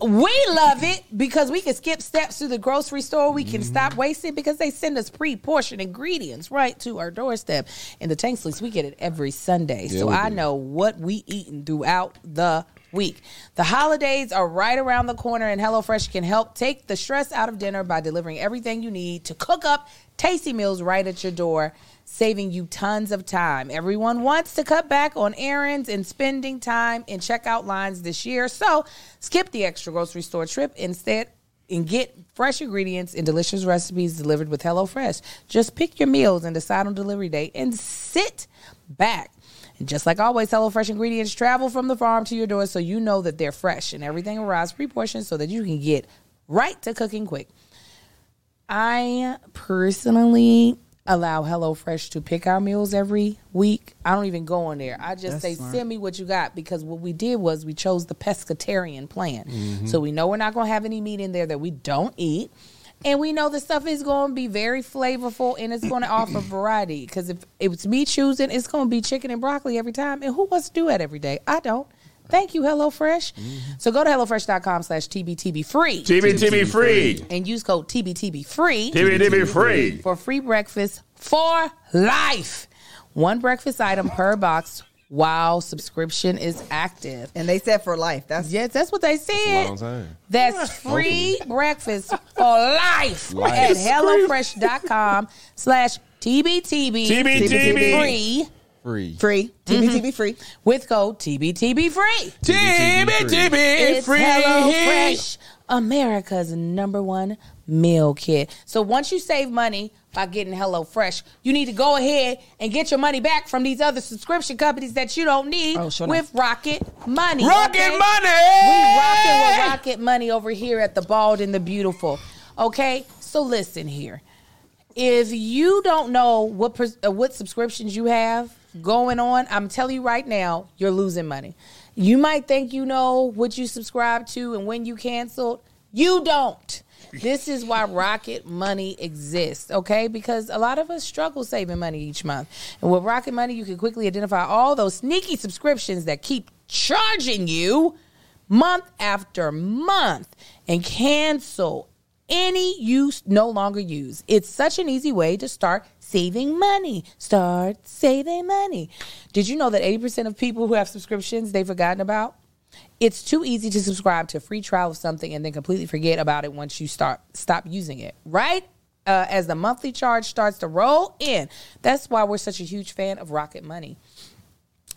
C: We love it because we can skip steps to the grocery store. We
B: Mm-hmm.
C: can stop wasting because they send us pre-portioned ingredients right to our doorstep. And the Tanksleys, we get it every Sunday. so
D: we
C: I
D: do.
C: know what we eating throughout the week. The holidays are right around the corner, and HelloFresh can help take the stress out of dinner by delivering everything you need to cook up tasty meals right at your door, saving you tons of time. Everyone wants to cut back on errands and spending time in checkout lines this year, so skip the extra grocery store trip instead and get fresh ingredients and delicious recipes delivered with HelloFresh. Just pick your meals and decide on delivery date and sit back. And just like always, HelloFresh ingredients travel from the farm to your door so you know that they're fresh and everything arrives pre portioned so that you can get right to cooking quick. I personally allow HelloFresh to pick our meals every week. I don't even go on there. I just say, send me what you got because what we did was we chose the pescatarian plan. So we know we're not going to have any meat in there that we don't eat. And we know the stuff is going to be very flavorful and it's going to offer variety because if it was me choosing, it's going to be chicken and broccoli every time. And who wants to do that every day? I don't. Thank you, HelloFresh. So go to HelloFresh.com slash TBTB free
B: TB TB free.
C: and use code TBTB free
B: TB TB free.
C: for free breakfast for life. One breakfast item per box while subscription is active.
A: And they said for life. That's
C: Yes, that's what they said.
D: Long time.
C: That's free breakfast for life,
D: Life.
C: at HelloFresh.com slash TBTB
B: TBTB.
C: free
D: Free.
A: free. TBTB free.
C: with code TBTB free.
B: TB
D: TB
B: TB
C: It's
B: free.
C: HelloFresh America's number one meal kit. So once you save money by getting HelloFresh, you need to go ahead and get your money back from these other subscription companies that you don't need
A: Oh, sure
C: with Rocket Money.
B: Rocket
C: okay?
B: Money!
C: We rocking with Rocket Money over here at the Bald and the Beautiful. Okay, so listen here. If you don't know what pres- uh, what subscriptions you have going on, I'm telling you right now, you're losing money. You might think you know what you subscribe to and when you canceled. You don't. This is why Rocket Money exists, okay? Because a lot of us struggle saving money each month. And with Rocket Money, you can quickly identify all those sneaky subscriptions that keep charging you month after month and cancel any you s- no longer use. It's such an easy way to start saving money. Start saving money. Did you know that 80% of people who have subscriptions they've forgotten about? It's too easy to subscribe to a free trial of something and then completely forget about it once you start stop using it, right? Uh, as the monthly charge starts to roll in. That's why we're such a huge fan of Rocket Money.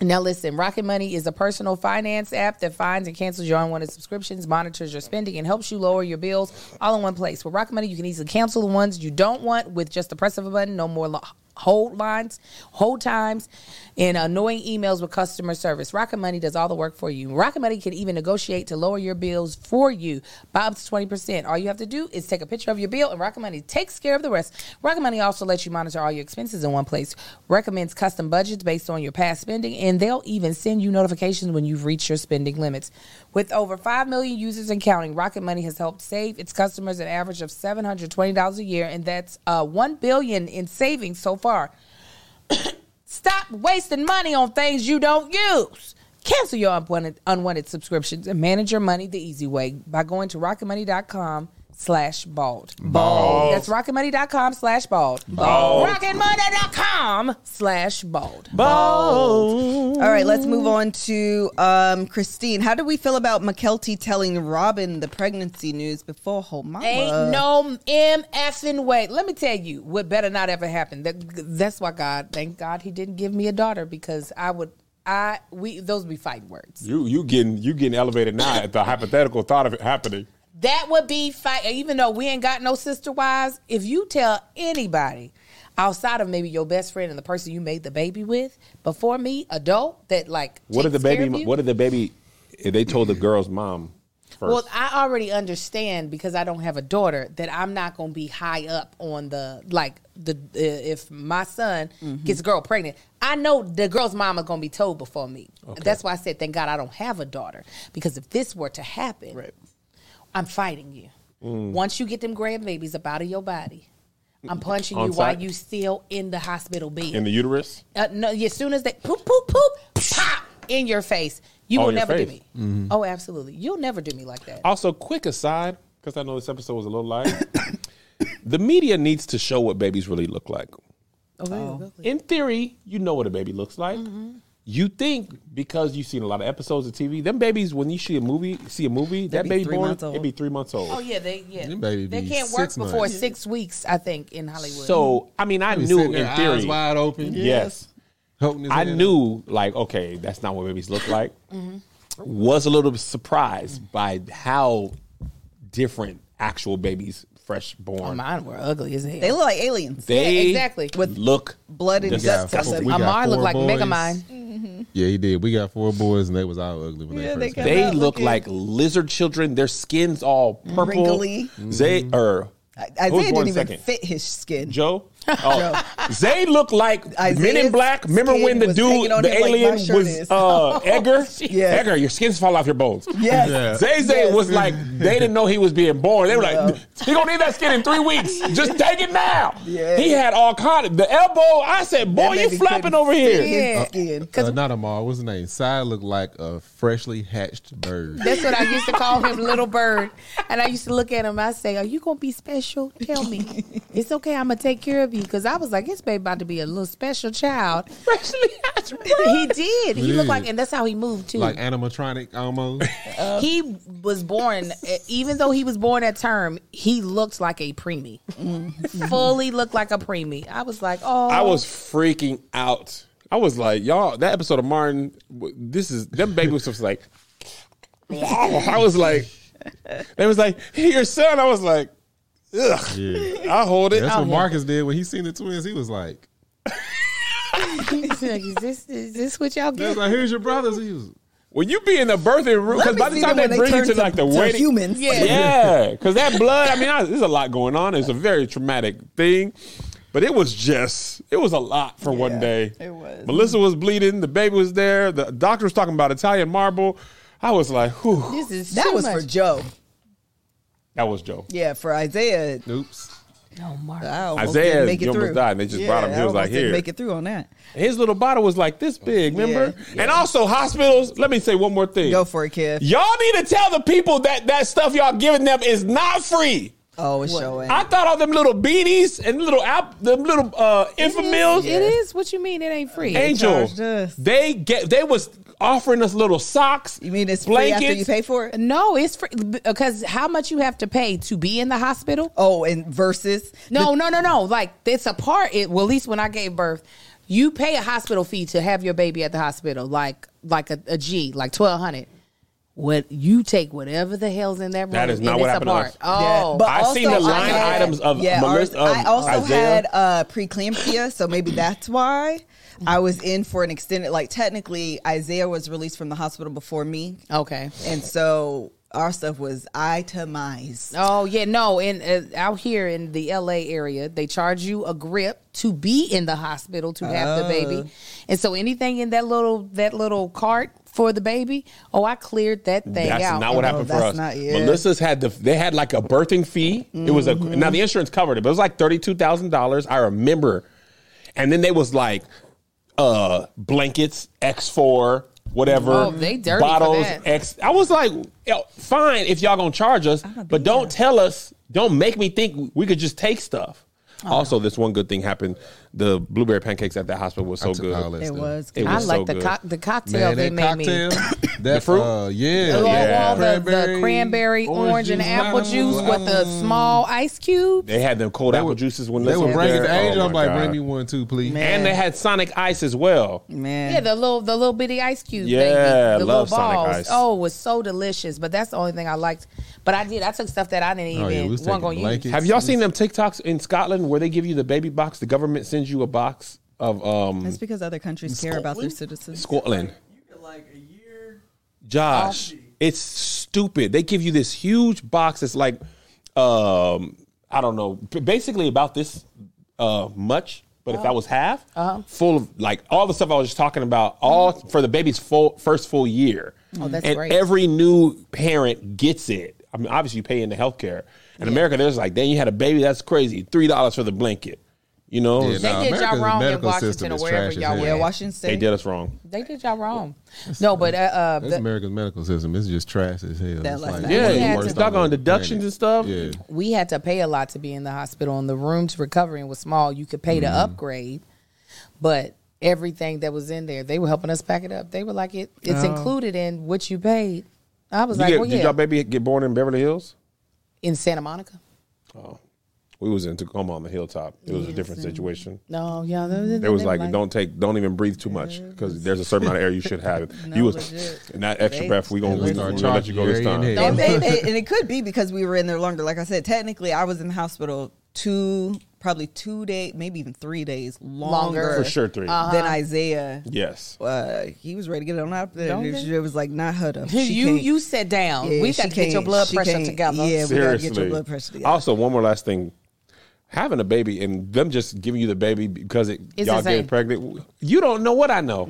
C: Now, listen, Rocket Money is a personal finance app that finds and cancels your unwanted subscriptions, monitors your spending, and helps you lower your bills all in one place. With Rocket Money, you can easily cancel the ones you don't want with just the press of a button, no more lo- hold lines, hold times, and annoying emails with customer service. Rocket Money does all the work for you. Rocket Money can even negotiate to lower your bills for you by up to 20%. All you have to do is take a picture of your bill, and Rocket Money takes care of the rest. Rocket Money also lets you monitor all your expenses in one place, recommends custom budgets based on your past spending, and they'll even send you notifications when you've reached your spending limits. With over 5 million users and counting, Rocket Money has helped save its customers an average of $720 a year, and that's uh, $1 billion in savings so far. Stop wasting money on things you don't use. Cancel your unwanted, unwanted subscriptions and manage your money the easy way by going to rocketmoney.com slash bald. Bald. That's rocketmoney.com slash bald. Bald. Rocketmoney.com slash bald.
A: All right, let's move on to um, Christine. How do we feel about McKelty telling Robin the pregnancy news before her mama?
C: Ain't no MFing way. Let me tell you what better not ever happen. That that's why God, thank God he didn't give me a daughter because I would I we those would be fighting words.
B: You you getting you getting elevated now at the hypothetical thought of it happening.
C: That would be fight. Even though we ain't got no sister wives, if you tell anybody outside of maybe your best friend and the person you made the baby with before me, adult, that like
B: What did the
C: takes care
B: baby?
C: of you-
B: What did the baby? They told the girl's mom first.
C: Well, I already understand because I don't have a daughter that I'm not going to be high up on the like the uh, if my son
B: Mm-hmm.
C: gets a girl pregnant. I know the girl's mama going to be told before me. That's why I said thank God I don't have a daughter because if this were to happen, I'm fighting you.
B: Mm.
C: Once you get them grandbabies up out of your body, I'm punching
B: Mm-hmm. On
C: you
B: site?
C: while you still in the hospital bed.
B: in the uterus.
C: Uh, no, as soon as they poop, poop, poop, pop in your face, you
B: On
C: will
B: your
C: never do
B: face. Mm-hmm.
C: me. Oh, absolutely, you'll never do me like that.
B: Also, quick aside, because I know this episode was a little light. <coughs> the media needs to show what babies really look like.
C: Oh,
B: In theory, you know what a baby looks like.
C: Mm-hmm.
B: You think because you've seen a lot of episodes of TV, them babies when you see a movie, see a movie, that
A: be
B: baby
A: three
B: born,
A: months old.
B: it'd be three months old.
C: Oh yeah, they yeah.
D: Them baby
C: they
D: be
C: can't work
D: six
C: before
D: months.
C: six weeks, I think, in Hollywood.
B: So I mean, I knew in theory,
D: eyes wide open.
B: yes,
D: Holding his
B: I
D: hand up.
B: knew like okay, that's not what babies look like. Was a little surprised by how different actual babies, fresh
A: Oh
B: born,
C: mine were ugly as hell.
A: They look like aliens.
B: they
C: Yeah, exactly.
B: with look
A: blood and
D: Yeah,
A: guts or something.
D: we got
C: Amar looked
D: four
C: like
D: boys.
C: Megamind.
D: Yeah, he did. We got four boys, and they was all ugly when
A: Mm-hmm. Yeah,
D: they
A: they
D: first
A: got-
D: came.
B: They
A: not
B: look
A: looking-
B: like lizard children. Their skin's all purple.
A: Mm. Wrinkly.
B: They or
A: Isaiah
B: who was born
A: didn't even
B: second?
A: fit his skin. <laughs>
B: Joe. Oh. They look like Men in
A: Isaiah's
B: Black. Remember
A: skin
B: when the
A: was taking
B: dude,
A: on
B: the
A: him like my
B: alien,
A: shirt
B: was
A: is. <laughs> Oh,
B: uh, Edgar?
A: Yeah.
B: Edgar, your skin's fall off your bones.
A: Yes.
D: Yeah.
B: Zay Zay
A: Uh, Yes.
B: was like, they didn't know he was being born. They were
A: No.
B: like, he gonna need that skin in three weeks. Just take it now.
A: Yeah.
B: He had all kind of the elbow. I said, boy, you
A: baby
B: flapping
A: couldn't
B: over here.
A: fit his skin.
D: Uh, not Amar. What's his name? Sai looked like a freshly hatched
A: <laughs>
D: bird.
C: That's what I used to call him, Little Bird. And I used to look at him. I say, "Are you gonna be special? Tell <laughs> me. it's okay. I'm gonna take care of you." Because I was like, "This baby about to be a little special child."
B: Freshly hatched bird.
C: <laughs> he did. He looked
D: Yeah.
C: like, and that's how he moved too.
D: Like uh, animatronic almost.
A: <laughs>
C: he was born, eh, even though he was born at term, he looked like a preemie. Fully looked like a preemie. I was like, oh,
B: I was freaking out. I was like, y'all, that episode of Martin, w- this is them baby was just like. I was like, They was like, your son. I was like, ugh.
D: Yeah.
B: I'll hold it.
D: That's what
C: Oh, yeah.
D: Marcus did when he seen the twins. He was like,
C: He's like, is this is this what y'all
D: "That's
C: get?
D: like here's your brothers." He was,
B: When you be in the birthing room,
A: Let
B: because
A: me
B: by the
A: see
B: time
A: them when
B: they bring you
A: turn
B: to like
A: to
B: the wedding,
A: humans.
C: uh,
A: <laughs>
C: Yeah.
B: Yeah, because that blood. I mean, I, there's a lot going on. It's a very traumatic thing, but it was just it was a lot for one
A: Yeah,
B: day.
A: it was.
B: Melissa was bleeding. The baby was there. The doctor was talking about Italian marble. I was like, whew,
C: This is
A: That
C: too
A: was
C: much.
A: for Joe.
B: that was Joe.
A: Yeah, for Isaiah.
D: "Oops."
C: no, Mark.
A: I almost
B: Isaiah
A: didn't make it
B: almost
A: through.
B: died, and they just brought him. He
A: I
B: was like,
A: almost didn't
B: "Here."
A: make it through on that.
B: His little bottle was like this big. Remember?
A: yeah.
B: And also hospitals. Let me say one more thing.
A: Go for it, kid.
B: Y'all need to tell the people that that stuff y'all giving them is not free.
A: Oh, it's showing.
B: I thought all them little beanies and little app, them little uh,
C: It is-
B: infamils.
C: It is what you mean. It ain't free.
B: Angel,
A: charged us.
B: they get they was offering us little socks.
A: you mean it's free after you pay for it?
C: No, it's free because how much you have to pay to be in the hospital?
A: Oh, and versus.
C: No, no, no, no. Like it's a part. It well, at least when I gave birth, you pay a hospital fee to have your baby at the hospital, like like a, a G, like twelve hundred. What you take whatever the hell's in that room.
B: That is not
C: and
B: what
C: it's a
B: happened to
C: part.
B: us.
C: Oh,
A: Yeah, but
B: I've seen
A: also
B: the
A: I
B: line
A: had-
B: items of
A: yeah, ours-
B: Melissa. of
A: I also
B: Isaiah.
A: had uh, preeclampsia, so maybe that's why I was in for an extended. Like technically, Isaiah was released from the hospital before me,
C: okay.
A: and so our stuff was itemized.
C: Oh yeah, no. In uh, out here in the L.A. area, they charge you a grip to be in the hospital to have the baby, and so anything in that little that little cart for the baby. Oh, I cleared that thing
B: That's
C: out.
B: not what
A: No,
B: happened for
A: that's
B: us.
A: not- yeah.
B: Melissa's had the they had like a birthing fee. It was a
C: Mm-hmm.
B: now the insurance covered it, but it was like thirty two thousand dollars. I remember, and then they was like uh blankets X four whatever
C: Oh, they dirty for
B: bottles
C: that.
B: X. I was like, yo, fine if y'all gonna charge us, but don't tell us. Don't make me think we could just take stuff.
C: Uh-huh.
B: Also, this one good thing happened. The blueberry pancakes at that hospital was so
D: took
B: good.
D: all that
A: It
D: stuff.
A: was.
B: It
C: I
B: was
C: like
B: so
C: the
B: good.
C: cock the cocktail
D: Man,
C: they
D: that
C: made me.
B: <coughs>
D: cocktail, that
B: fruit?
D: fruit, uh, yeah,
C: All-
B: Yeah.
C: all the, the cranberry, orange, and apple
D: lime,
C: juice with a
D: lime.
C: small ice cube.
B: They had them cold apple
D: would-
B: juices when
D: They
B: Lisa
D: were
B: was
D: bringing
B: there.
D: the angel.
B: Oh
D: I'm
B: my
D: like,
B: God.
D: bring me one too, please.
A: Man.
B: And they had Sonic Ice as well.
A: Man,
C: Yeah, the little the little bitty ice cube
B: Yeah,
C: thing, the, the
B: love
C: little
B: Sonic
C: balls.
B: Ice.
C: Oh, it was so delicious. But that's the only thing I liked. But I did. I took stuff that I didn't even
D: Oh, yeah, we was
C: wasn't
D: taking
C: gonna use.
D: blankets.
B: Have y'all seen them TikToks in Scotland where they give you the baby box? The government sends you a box of um
A: that's because other countries care about their citizens.
B: Scotland.
E: You get like a year.
B: Josh, it's stupid. They give you this huge box that's like um I don't know, b- basically about this uh much, but if that was half, full of like all the stuff I was just talking about, all for the baby's full first full year. Oh,
C: that's
B: and
C: great.
B: every new parent gets it. I mean, obviously you pay into healthcare. In America, there's like, then you had a baby, that's crazy. Three dollars for the blanket. You know?
D: Yeah,
C: They
D: Nah,
C: did
D: America's
C: y'all wrong in
D: medical
C: Washington
D: system
C: or
D: is
C: wherever
D: trash as
C: y'all
D: hell.
A: Yeah,
C: went.
A: Washington
B: They
A: State.
B: did us wrong.
C: They did y'all wrong. No, but uh, uh
D: That's
C: the-
D: America's medical system. It's just trash as hell.
A: That
D: It's
A: last
D: like
A: night.
D: one of the
B: Yeah,
D: worst
B: it's doggone
D: on the
B: deductions and stuff.
D: planet. Yeah.
C: we had to pay a lot to be in the hospital, and the room to recovering was small. You could pay to upgrade, but everything that was in there, they were helping us pack it up. They were like, "It, it's included in what you paid." I was
B: You
C: like,
B: get-
C: "Well,
B: Did
C: yeah."
B: y'all baby get born in Beverly Hills?
C: in Santa Monica.
B: We was in Tacoma on the hilltop. It was a different situation.
C: No, yeah,
B: It was like, don't take, don't even breathe too much because there's a certain amount of air you
A: <laughs>
B: should have. you was
A: legit.
B: and that extra
A: They-
B: breath. We gonna, we
D: They
B: gonna
D: start
B: let you go this
D: charging you
B: time.
A: <laughs> and,
D: every
A: and- and- and it could be because we were in there longer. Like I said, technically, I was in the hospital two, probably two days, maybe even three days longer,
B: For
C: Longer.
B: sure, 3
A: than Isaiah.
B: yes.
A: Uh, he was ready to get on out there.
C: Don't
A: It was-
C: get-
A: It was like not her up. She
C: <laughs> <laughs> you
A: can't-
C: you sit down.
A: Yeah,
C: we
A: she
C: got to get your
A: can't-
C: blood
A: she
C: pressure
A: can't-
C: together.
A: Yeah, we gotta
B: Seriously.
A: get your blood pressure together.
B: Also, one more last thing. Having a baby and them just giving you the baby because it,
C: It's
B: y'all
C: insane.
B: getting pregnant. You don't know what I know.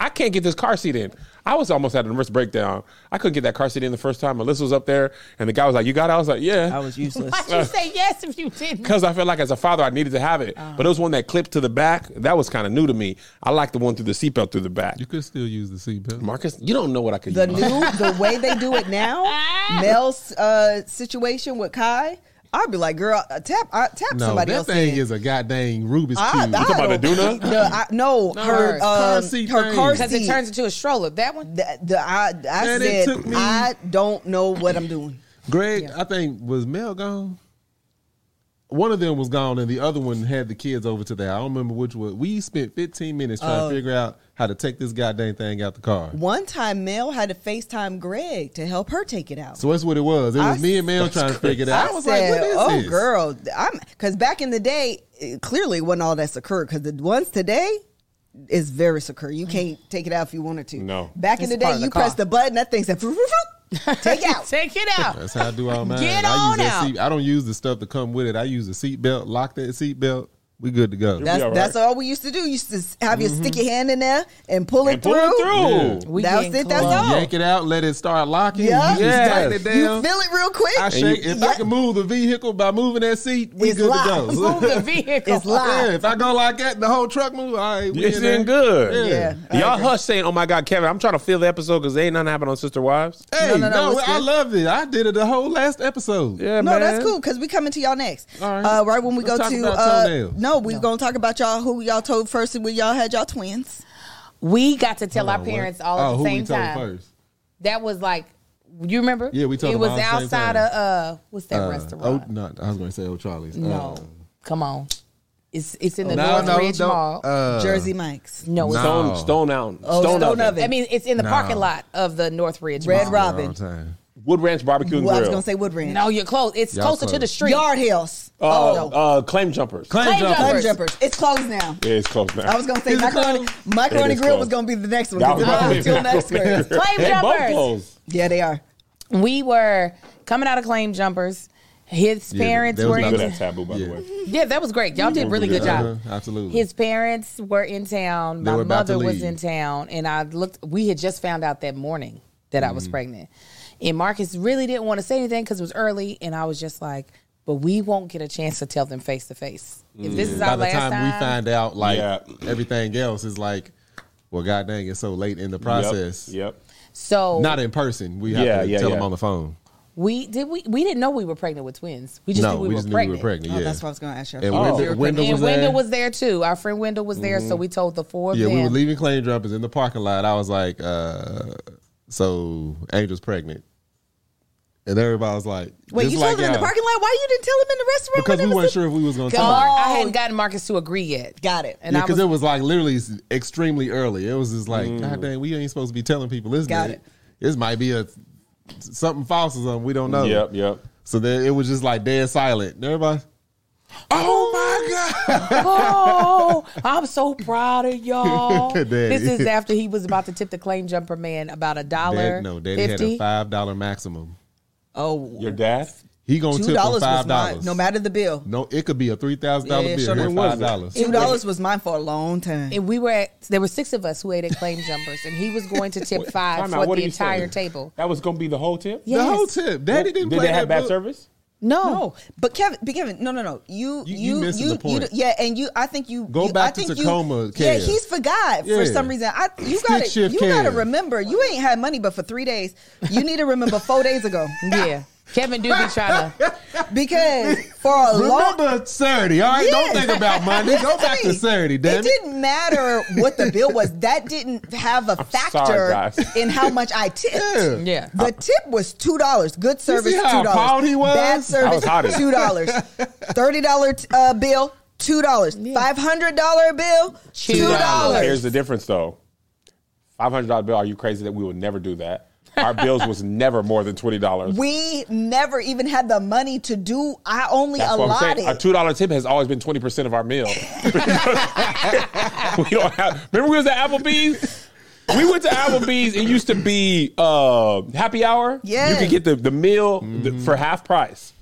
B: I can't get this car seat in. I was almost at a nervous breakdown. I couldn't get that car seat in the first time. Melissa was up there and the guy was like, You got it? I was like, Yeah.
A: I was useless.
C: Why'd
D: Uh,
C: you say yes if you didn't?
B: because I felt like as a father I needed to have it.
A: Uh-huh.
B: But it was one that clipped to the back. That was kind of new to me. I like the one through the seatbelt through the back.
D: You could still use the seatbelt.
B: Marcus, you don't know what I could
A: the
B: use.
A: new the way they do it
C: <laughs>
A: now,
C: Ah.
A: Mel's uh, situation with Kai, I'd be like, girl, uh, tap uh, tap
D: No,
A: somebody
D: that
A: else.
D: thing
A: in.
D: is a goddamn Rubik's
C: Ah,
A: I-
D: cube.
A: I
B: about the
A: don't-
B: Duna?
A: No, I- no, her
C: her
A: car
D: car
A: seat
D: seat
A: her
D: thing.
A: car
C: Because
A: seat.
C: it turns into a stroller. That one.
A: the, the, I, I
D: Man,
A: said
D: it took me-
A: I don't know what I'm doing.
D: Greg, I think was Mel gone. one of them was gone and the other one had the kids over to there. I don't remember which one. We spent 15 minutes trying
A: Oh.
D: to figure out how to take this goddamn thing out the car.
A: One time, Mel had to FaceTime Greg to help her take it out.
D: So that's what it was. It was
A: I-
D: me and Mel trying to figure it out. I, was like, what is
A: "Oh,
D: this?
A: girl, I'm because back in the day, it clearly wasn't all that secure. Because the ones today is very secure. You can't take it out if you wanted to.
B: No.
A: back in
C: It's
A: the day,
C: part of the
A: you press
C: car.
A: the button, that thing said, "Vroom, vroom,
C: <laughs>
A: vroom." "Take out."
C: Take it out.
D: That's how I do all mine.
C: Get
D: I
C: on
D: use that
C: out.
D: seat. I don't use the stuff to come with it. I use the seat belt. Lock that seat belt. We good to go.
A: That's
B: all right.
A: that's all we used to do. You used to s- have your
D: Mm-hmm.
A: sticky hand in there and pull it
B: And pull
A: through.
B: it through.
D: Yeah.
C: We
A: That's
C: getting
A: it, that's
C: close.
A: all.
D: Yank it out. Let it start locking.
A: Yeah.
D: You just
B: Yes.
D: tighten it
A: You
D: down.
A: feel it real quick.
D: I shake. If I
A: Yeah.
D: can move the vehicle by moving that seat, we
A: It's
D: good
A: locked.
D: to <laughs>
C: Move
D: go.
C: the vehicle.
A: It's live.
D: yeah, if I go like that, the whole truck move. All right, we
B: It's
D: in there.
B: in good.
A: Yeah.
B: Y'all hush saying, "Oh my God, Kevin, I'm trying to fill the episode because ain't nothing happened on Sister Wives."
D: Hey,
A: No, no,
D: no,
A: no, it's
D: I
A: good.
D: loved it. I did it the whole last episode.
B: Yeah,
A: No,
B: man.
A: that's cool because we coming to y'all next.
D: All right.
A: Uh, right when we
D: Let's
A: go
D: talk
A: to
D: about
A: uh,
D: toenails.
A: no, we're gonna talk about y'all who y'all told first when y'all had y'all twins.
C: We got to tell
D: Hold
C: our
D: on, what?
C: parents all
D: Oh,
C: at the
D: who we
C: same
D: told
C: time.
D: First.
C: That was like, you remember?
D: Yeah, we told
C: It
D: them
C: was
D: all at the same
C: outside
D: time.
C: of uh, what's that
D: Uh,
C: restaurant?
D: Oh, Uh, no, I was going to say Old Charlie's.
C: no, come on. It's it's in the
D: no, no,
C: Northridge
D: don't-
C: Mall.
D: Uh,
A: Jersey Mike's,
C: no, it's
D: no.
B: Stone, Stone Out,
A: Oh,
B: Stone,
A: Stone
B: Oven.
A: Oven.
C: I mean it's in the parking lot of the Northridge
A: Red
C: Mall.
A: Robin.
D: time.
B: Wood Ranch Barbecue and
A: Well, I was
B: Grill.
A: gonna say Wood Ranch.
C: No, you're close. It's
D: Y'all
C: closer to
D: close.
C: the street.
A: Yard Hills.
B: uh,
A: oh, no.
B: uh, Claim Jumpers.
D: Claim
C: Claim
D: jumpers.
A: Club
C: jumpers.
A: Jumpers. It's closed now.
B: Yeah, it's close now.
A: I was gonna say
D: Is it
A: macaroni,
D: closed?
A: macaroni
B: It is
A: grill was
B: closed.
A: gonna be the next one.
B: That
A: <laughs>
B: was about to be
A: Until
B: my
A: next
B: question.
A: Christmas.
C: Claim
B: They both
C: jumpers.
B: closed.
A: Yeah, they are. Oh,
C: we were coming out of claim jumpers. His
D: Yeah,
C: parents
D: that was
C: were
D: not
B: Good
C: in
B: at taboo, by the
D: Yeah.
B: way.
C: Yeah, that was great. Y'all did a really good job.
D: Uh-huh, absolutely.
C: His parents were in town.
D: They
C: My
D: were about to
C: mother was
D: leave.
C: in town, and I looked. We had just found out that morning that I
D: Mm-hmm.
C: was pregnant, and Marcus really didn't want to say anything because it was early, and I was just like, "But we won't get a chance to tell them face to face if this is
D: by
C: our
D: the
C: last
D: time,
C: time."
D: we find out, like
B: Yeah.
D: everything else is like, well, god dang, it's so late in the process.
B: Yep. yep.
C: so
D: Not in person. We have
B: Yeah,
D: to
B: yeah,
D: tell
B: yeah.
D: them on the phone.
C: we did. We we didn't know we were pregnant with twins. We just
D: no,
C: knew we,
D: we
C: were,
D: just
C: pregnant.
D: knew we were pregnant.
A: Oh,
D: yeah,
A: that's what I was gonna ask you.
D: and
A: Oh,
D: Wendell, Wendell
C: and Wendell
D: was there. Mm-hmm.
C: was there too. Our friend Wendell was there, so we told the four of
D: yeah,
C: them.
D: we were leaving Claim Droppers in the parking lot. I was like, uh, so Angel's pregnant, and everybody was like,
A: Wait,
D: just
A: you
D: like
A: told them in the
D: y'all.
A: parking lot? Why you didn't tell them in the restaurant? when
D: because we
A: they
D: weren't
A: was-
D: sure if we was going to
C: Gar-
D: tell. them.
C: I hadn't gotten Marcus to agree yet.
A: Got it.
C: And
D: yeah,
C: I
D: because
C: was,
D: it was like literally s- extremely early. It was just like, God dang, we ain't supposed to be telling people this.
A: Mm. Got
D: nigga.
A: it.
D: This might be a something false or something. We don't know.
B: Yep. Yep.
D: So then it was just like dead silent. Everybody. Oh my God!
C: oh, I'm so proud of y'all.
D: <laughs> Daddy.
C: this is after he was about to tip the claim jumper man about a dollar.
D: Dad, no, Daddy had a
C: fifty.
D: five dollar maximum.
A: Oh,
B: Your dad.
D: He gonna
A: two
D: tip him
A: dollars was
D: five
A: mine.
D: dollars.
A: No matter the bill,
D: No, it could be a three thousand dollar
A: Yeah,
D: bill.
A: sure
D: Here,
B: was
D: five dollars.
A: two dollars was mine for a long time.
C: And we were at there were six of us who ate at claim jumpers, and he was going to tip five
B: Time out,
C: for
B: what
C: the
B: are you saying?
C: entire table.
B: That was gonna be the whole tip.
D: The
C: Yes.
D: whole tip. Daddy didn't.
B: Did
D: play
B: they have
D: that
B: bad
D: book.
B: service?
C: No,
A: No, but Kevin, but Kevin, no, no, no. You,
D: You-
A: you,
D: you
A: you,
D: missing the point.
A: you- yeah, and you. I think you
D: Go
A: you,
D: back
A: I
D: to
A: think
D: Tacoma,
A: You, yeah,
D: Kev.
A: he's forgot
D: Yeah.
A: for some reason. I you
D: Stick
A: got to
D: shift,
A: you got to
D: Kev.
A: remember. You ain't had money, but for three days, you need to remember four days
D: <laughs>
A: ago
C: yeah. Kevin do be trying to.
A: because for a long.
D: Remember Saturday, all right? Don't
A: Yes.
D: think about Monday. Go
A: Listen to <laughs>
D: back to
A: me.
D: Saturday,
A: It
D: damn it.
A: didn't matter what the bill was. That didn't have a
B: sorry,
A: factor
B: guys.
A: in how much I tipped.
D: Yeah.
C: Yeah.
A: The tip was two dollars. Good service,
D: see
A: two
D: how proud
A: dollars.
D: he was?
A: Bad
B: I was
A: service,
B: hot as-
A: two
D: <laughs>
A: dollars. Thirty dollar uh, bill, two dollars. Five hundred dollar bill, two
B: Here's
A: dollars.
B: the difference, though. Five hundred dollar bill. Are you crazy that we would never do that? Our bills was never more than twenty dollars.
A: We never even had the money to do. I only
B: That's what I'm
A: allotted.
B: saying. Our two dollar tip has always been twenty percent of our meal. <laughs> we don't have. Remember, we was at Applebee's. We went to Applebee's. It used to be uh, happy hour.
A: Yeah.
B: you could get the the meal th- for half price.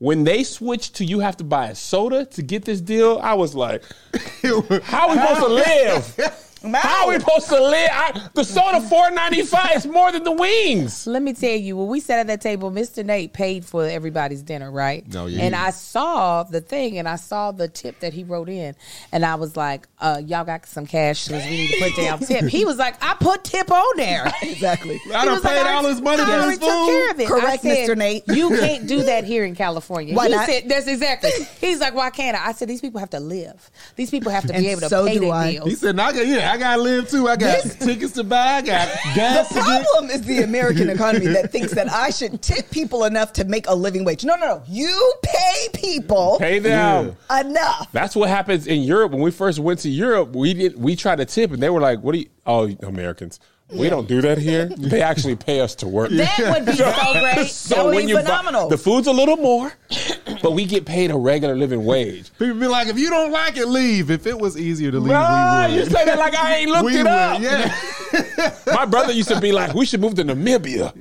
B: When they switched to you have to buy a soda to get this deal, I was like,
D: <laughs>
B: "How we supposed to live?
A: My-
B: How we supposed to live? I, the soda four ninety five is more than the wings."
C: Let me tell you, when we sat at that table, Mr. Nate paid for everybody's dinner, right?
D: No, Oh, yeah,
C: And
D: he-
C: I saw the thing, and I saw the tip that he wrote in, and I was like, uh, "Y'all got some cash? 'cause we need to put down tip." He was like, "I put tip on there."
A: exactly.
D: I
C: He
D: done
C: was like,
D: paid
C: I-
D: all his money
C: I
D: for
C: already
D: his
C: took care
D: food.
C: of it.
A: Correct,
C: I said,
A: Mr. Nate.
C: You can't do that here in California.
A: Why
C: he
A: not?
C: said, "That's exactly." He's like, "Why can't I?" I said, "These people have to live. These people have to
A: And
C: be able to
A: so
C: pay
A: do
C: their
A: I.
C: bills."
D: He said, "Now I got, yeah, I gotta live them too. I got tickets to buy. I got gas to
A: The
D: get.
A: problem is the American economy
C: <laughs>
A: that thinks that I should tip people enough to make a living wage. No, no, no. You pay people
B: Pay them.
D: Yeah.
A: enough.
B: That's what happens in Europe. When we first went to Europe, we did we tried to tip, and they were like, "What do you? Oh, Americans, we don't do that
D: <laughs>
B: here. They actually pay us to work."
C: That would be
B: <laughs>
C: so great.
A: That would be
B: bu-
A: phenomenal.
B: the food's a little more, but we get paid a regular living wage.
D: People be like, if you don't like it, leave. If it was easier to leave,
B: Bruh,
D: we
B: you
D: would.
B: say that like I ain't looked
D: we
B: it
D: would.
B: up.
D: Yeah.
B: <laughs> My brother used to be like, "We should move to Namibia."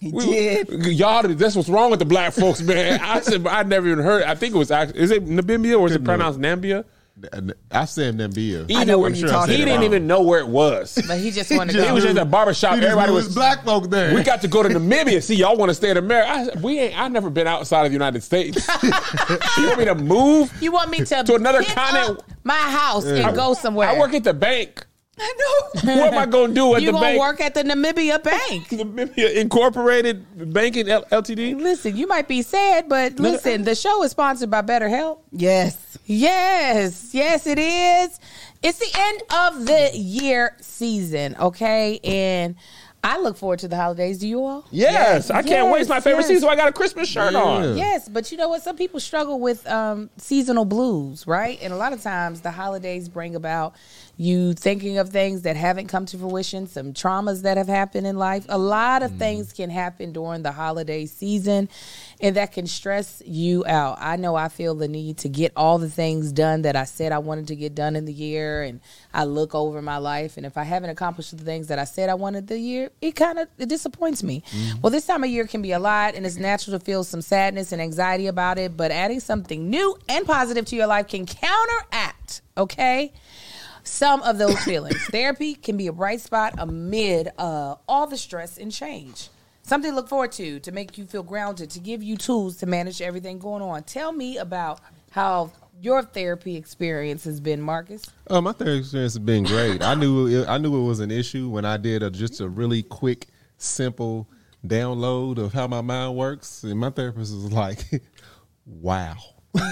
A: He
B: We-
A: did.
B: Y'all, that's what's wrong with the black folks,
D: <laughs>
B: man. I said I never even heard. I think it was actually is it Namibia or is it pronounced Nambia?
D: I said Nambia.
A: know what you're talking
B: He didn't
A: about.
B: even know where it was.
C: But he just wanted
B: It was
C: to
B: just a barber shop.
D: You just
B: Everybody
D: knew
B: was
D: it's black folk there.
B: We got to go to Namibia. See, y'all want to stay in America? I, said, we ain't. I never been outside of the United States. you want me to move?
C: You want me to
B: To another
C: pick
B: continent?
C: up my house and go somewhere?
B: I
C: <laughs>
B: work at the bank.
A: I know.
B: What am I gonna do at
C: you
B: the
C: gonna
B: bank?
C: work at the Namibia Bank?
B: Namibia Incorporated Banking L- Ltd.
C: listen, you might be sad, but listen, the show is sponsored by BetterHelp.
A: Yes.
C: Yes, yes, it is. It's the end of the year season, okay? And I look forward to the holidays. Do you all?
B: Yes, I can't
C: Yes,
B: wait. It's my favorite
C: yes.
B: season. So I got a Christmas shirt on.
C: Yes, but you know what? Some people struggle with um, seasonal blues, right? And a lot of times the holidays bring about you thinking of things that haven't come to fruition, some traumas that have happened in life. A lot of things can happen during the holiday season, and that can stress you out. I know I feel the need to get all the things done that I said I wanted to get done in the year, and I look over my life, and if I haven't accomplished the things that I said I wanted the year, it kind of it disappoints me. Well, this time of year can be a lot, and it's natural to feel some sadness and anxiety about it. But adding something new and positive to your life can counteract, okay, some of those feelings. Therapy can be a bright spot amid uh, all the stress and change. Something to look forward to to make you feel grounded, to give you tools to manage everything going on. Tell me about how your therapy experience has been, Marcus.
D: Uh, my therapy experience has been great. I knew it, I knew it was an issue when I did a, just a really quick, simple download of how my mind works, and my therapist was like, <laughs> "Wow." <laughs>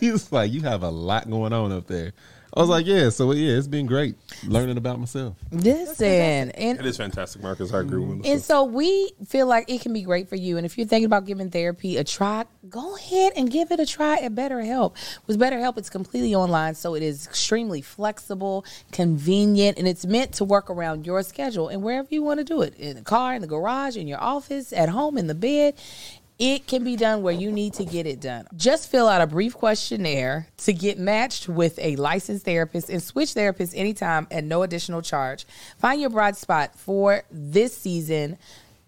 D: he was like, "You have a lot going on up there." I was like, "Yeah." So yeah, it's been great learning about myself.
C: Listen, and
B: It is fantastic, Marcus. I agree with
C: And so we feel like it can be great for you. And if you're thinking about giving therapy a try, go ahead and give it a try at BetterHelp. With BetterHelp, it's completely online, so it is extremely flexible, convenient, and it's meant to work around your schedule and wherever you want to do it in the car, in the garage, in your office, at home, in the bed. It can be done where you need to get it done. Just fill out a brief questionnaire to get matched with a licensed therapist and switch therapists anytime at no additional charge. Find your bright spot for this season.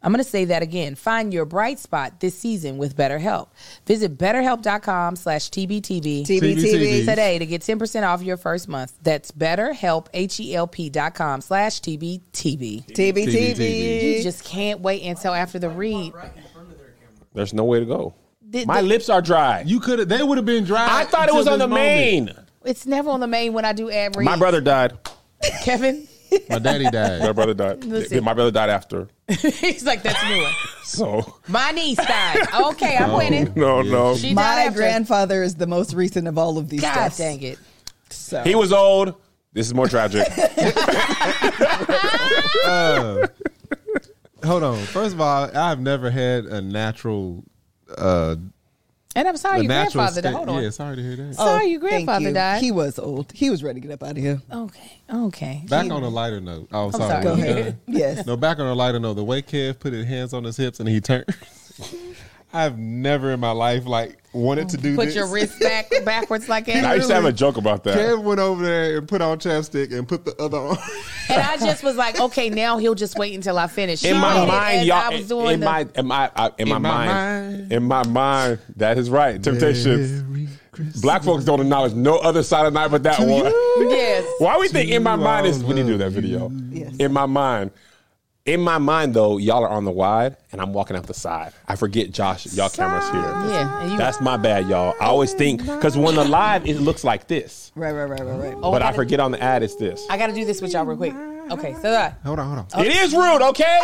C: I'm going to say that again. Find your bright spot this season with BetterHelp. Visit betterhelp.com slash TBTB
A: TBTB.
C: today to get 10% off your first month. That's betterhelp, H-E-L-P dot com slash TBTB. You
A: TBTB.
C: just can't wait until after the read.
E: right in front of their camera.
B: There's no way to go.
C: The-
B: My
C: the-
B: lips are dry.
D: You could have. They would have been dry.
B: I thought it was on the main.
C: It's never on the main when I do ad read.
B: My brother died.
C: Kevin. <laughs>
D: My daddy
B: My <laughs>
D: died.
B: brother died.
C: Listen.
B: My brother died after.
C: He's like, that's a new one. <laughs>
B: So
C: My niece died. Okay,
B: Oh,
C: I'm winning.
B: no, no.
C: She died
A: My
C: after.
A: grandfather is the most recent of all of these
C: God
A: deaths.
C: dang it.
A: So.
B: He was old. This is more tragic.
D: Hold on. First of all, I've never had a natural. Uh,
C: And I'm sorry
D: a
C: Oh, your
D: natural
C: grandfather died.
D: state-
C: Hold on.
D: Yeah, sorry to hear that.
A: Oh,
C: Sorry your
A: thank
C: grandfather
A: you.
C: died.
A: He was old. He was ready to get up out of here.
C: okay, okay.
D: Back on a lighter note. Oh, sorry.
C: sorry.
A: Go
D: we're
A: ahead.
B: <laughs>
D: done.
A: yes.
D: No, back on a lighter note, the way Kev put his hands on his hips and he turned. <laughs> I've never in my life like wanted to do
C: Put
D: this.
C: your wrist
B: <laughs>
C: back backwards like that.
B: I used to have a joke about that.
D: Kev went over there and put on chapstick and put the other on.
C: And I just was like, okay, now he'll just wait until I finish.
B: in
C: She did
B: my
C: it
B: mind,
C: as
B: y'all.
C: I was
B: In,
C: doing
B: in
C: the-
B: my, in my, I- in my
D: In my
B: mind,
D: mind.
B: in my mind, that is right. Temptations. Black folks don't acknowledge no other side of night but that one.
C: yes.
B: <laughs> Why we think in my
D: To
B: mind is
D: all
B: we need to do
D: of
B: that video.
A: Yes.
B: In my mind. In my mind, though, y'all are on the wide, and I'm walking out the side. I forget, Josh, y'all cameras here.
C: Yeah, and you-
B: that's my bad, y'all. I always think because when the live, it looks like this,
A: Right, right, right, right, right.
C: Oh,
B: but I
C: gotta-
B: forget on the ad, it's this.
C: I got to do this with y'all real quick. Okay, so that.
D: Hold on, hold on.
B: It is rude, okay?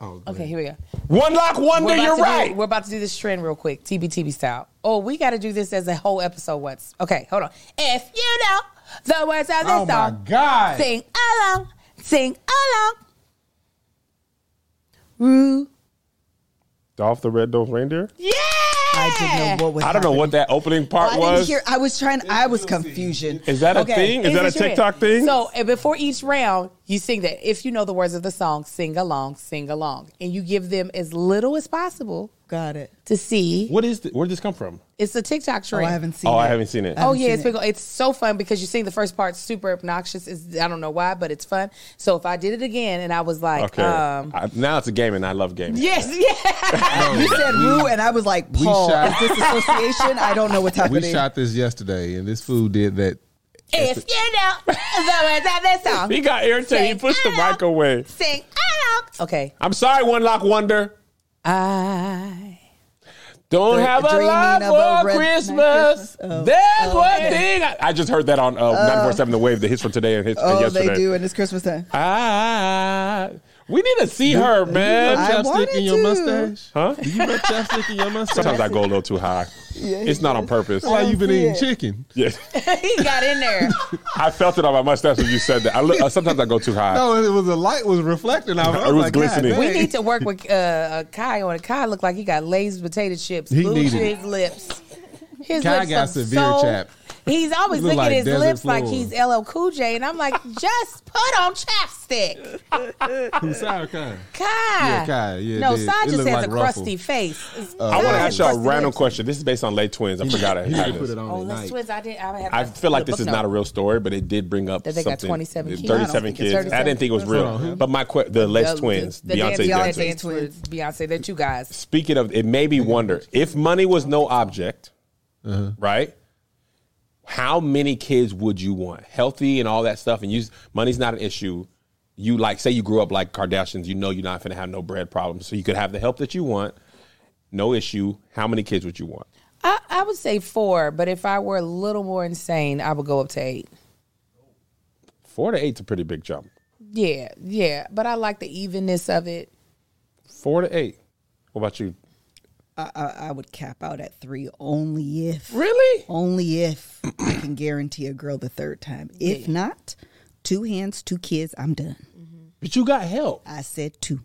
C: Okay, here we go.
B: Uh, One lock wonder,
C: We're about
B: Oh, you're
C: to
B: right.
C: Do, we're about to do this trend real quick, TBTB style. Oh, we got to do this as a whole episode once. Okay, hold on. If you know the words of this
D: Oh my
C: song,
D: God.
C: sing along. Sing along. Roo.
B: Dolph the Red Nosed Reindeer.
C: Yeah.
A: I didn't know what was.
B: I don't know what
A: happening.
B: that opening part
A: I didn't
B: was.
A: hear. I was trying. I was confusion.
B: Is that a thing? Is that a
C: Here's what you
B: TikTok
C: mean.
B: thing?
C: So and before each round, you sing that. If you know the words of the song, sing along, sing along, and you give them as little as possible
A: Got it.
C: to see.
B: what is? The, where did this come from?
C: It's a TikTok
A: Oh,
C: trend.
A: I haven't seen.
B: Oh, I
A: it.
B: haven't seen it.
A: haven't
C: Oh yeah,
A: seen
C: it's
A: it.
C: been, go- it's so fun because you sing the first part super obnoxious. It's, I don't know why, but it's fun. So if I did it again and I was like,
B: Okay.
C: um,
B: I- now it's a game, and I love gaming.
C: yes, <laughs> yeah,
A: You said Rue, and I was like, Paul,
D: Oh. shot-
A: is this association? I don't know what's
D: <laughs> We
A: happening.
D: shot this yesterday, and this fool did that.
C: if you know the words of that
B: <laughs> <laughs>
C: song,
B: He got irritated. He
C: Say,
B: pushed the
C: "Ah."
B: mic away.
C: sing along. Okay,
B: I'm sorry, One Lock Wonder.
C: I
B: Don't
A: Dr-
B: have a
A: dreaming
B: lot
A: of a
B: for
A: red-
B: Christmas.
A: Christmas. Oh.
B: That's
A: Oh,
B: one
A: okay.
B: thing. I, I just heard that on uh, 947 The Wave, the hits from today and hits from
A: Oh,
B: yesterday.
A: they do, and it's Christmas time.
B: Ah, we need to see her, man.
A: I
D: Chapstick
A: wanted
D: in your
A: to.
D: mustache?
B: Huh?
D: Do you rub chapstick in your mustache?
B: Sometimes I go a little too high. it's not on purpose.
D: Why you been
A: see
D: eating
A: it.
D: chicken?
B: Yeah.
C: he got in
D: <laughs>
C: there.
B: I felt it on my mustache when you said that. I look, uh, sometimes I go too high.
D: No, Oh, it was the light was reflecting. I was, I
B: It was
D: like,
B: glistening.
D: God,
C: We
D: dang.
C: need to work with uh, uh, Kai on it. Kai look like he got lazy potato chips,
D: He
C: blue
D: needed
C: cheese lips. His
D: Kai
C: lips
D: got
C: are
D: severe
C: so-
D: chap.
C: He's always
D: He
C: looking
D: look like
C: at his
D: Desert
C: lips like
D: Floor.
C: he's LL Cool J, and I'm like, <laughs> just put on chapstick,
D: Who's <laughs> sour kind?
C: Kai.
D: Kai, yeah,
C: no,
D: it did.
C: Sai
D: It
C: just
D: looked
C: has
D: like
C: a
D: Ruffle. Uh,
C: crusty face.
B: I want to
C: Kai
B: ask
C: has
B: y'all a
C: crusty
B: random
C: lips.
B: question. This is based on late twins. I forgot I
D: You
B: had
D: need to put
B: this.
D: it on
C: Oh,
D: at
C: let's
D: night.
C: twist. I didn't. I, have
B: I feel like
C: the
B: this is
C: book
B: not a
C: note.
B: real story, but it did bring up
C: That they got
B: something.
C: 27 kids. I
B: Thirty-seven
A: don't think
B: kids.
A: it's
B: I
A: 37.
B: didn't think it was real.
D: Hold on, who?
B: but my que- the Les
C: The-
B: twins,
C: the
B: Beyonce,
C: dance,
B: Beyonce,
C: Beyonce, dance twins, Beyonce. That you guys.
B: Speaking of, it made me wonder if money was no object,
D: Uh-huh.
B: right? How many kids would you want, healthy and all that stuff? And you, money's not an issue. You like, say you grew up like Kardashians, you know you're not gonna have no bread problems, so you could have the help that you want, no issue. How many kids would you want?
C: I, I would say four, but if I were a little more insane, I would go up to eight.
B: Four to eight's a pretty big jump.
C: Yeah, yeah. But I like the evenness of it.
B: Four to eight. What about you?
A: I, I, I would cap out at three only if.
B: Really?
A: Only if I can guarantee a girl the third time. If not, two hands, two kids, I'm done.
B: But you got help.
A: I said two.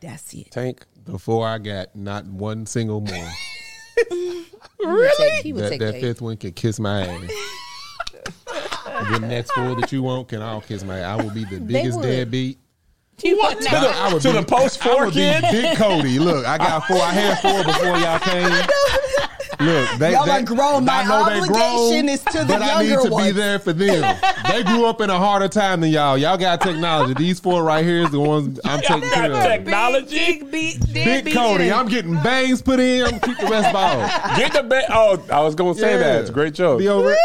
A: That's it.
B: Tank.
D: Before I got not one
A: <laughs>
D: single more.
C: Really? He would
D: that
C: take,
D: that
C: eight.
D: fifth one can kiss my ass. the next four that you want can all kiss my ass. I will be the biggest
C: would.
D: deadbeat.
C: You would
D: I,
C: not.
D: I would
B: To
D: be,
B: the post
D: I
B: four
D: would be
B: kid.
D: Big Cody. Look, I got four. I had four before
A: <laughs>
D: y'all came. Look, they,
A: Y'all
D: they,
A: are grown. My
D: I know they
A: obligation
D: grown,
A: is to the
D: but I need
A: younger
D: to be
A: ones.
D: there for them. They grew up in a harder time than y'all. Y'all got technology. These four right here is the ones I'm taking care of.
B: Technology.
C: Big, big, big,
D: Big
C: big
D: Cody,
C: dick.
D: I'm getting bangs put in. I'm keep the rest ball.
B: Get the bet. Oh, I was gonna say that. It's a great joke.
D: Be over it,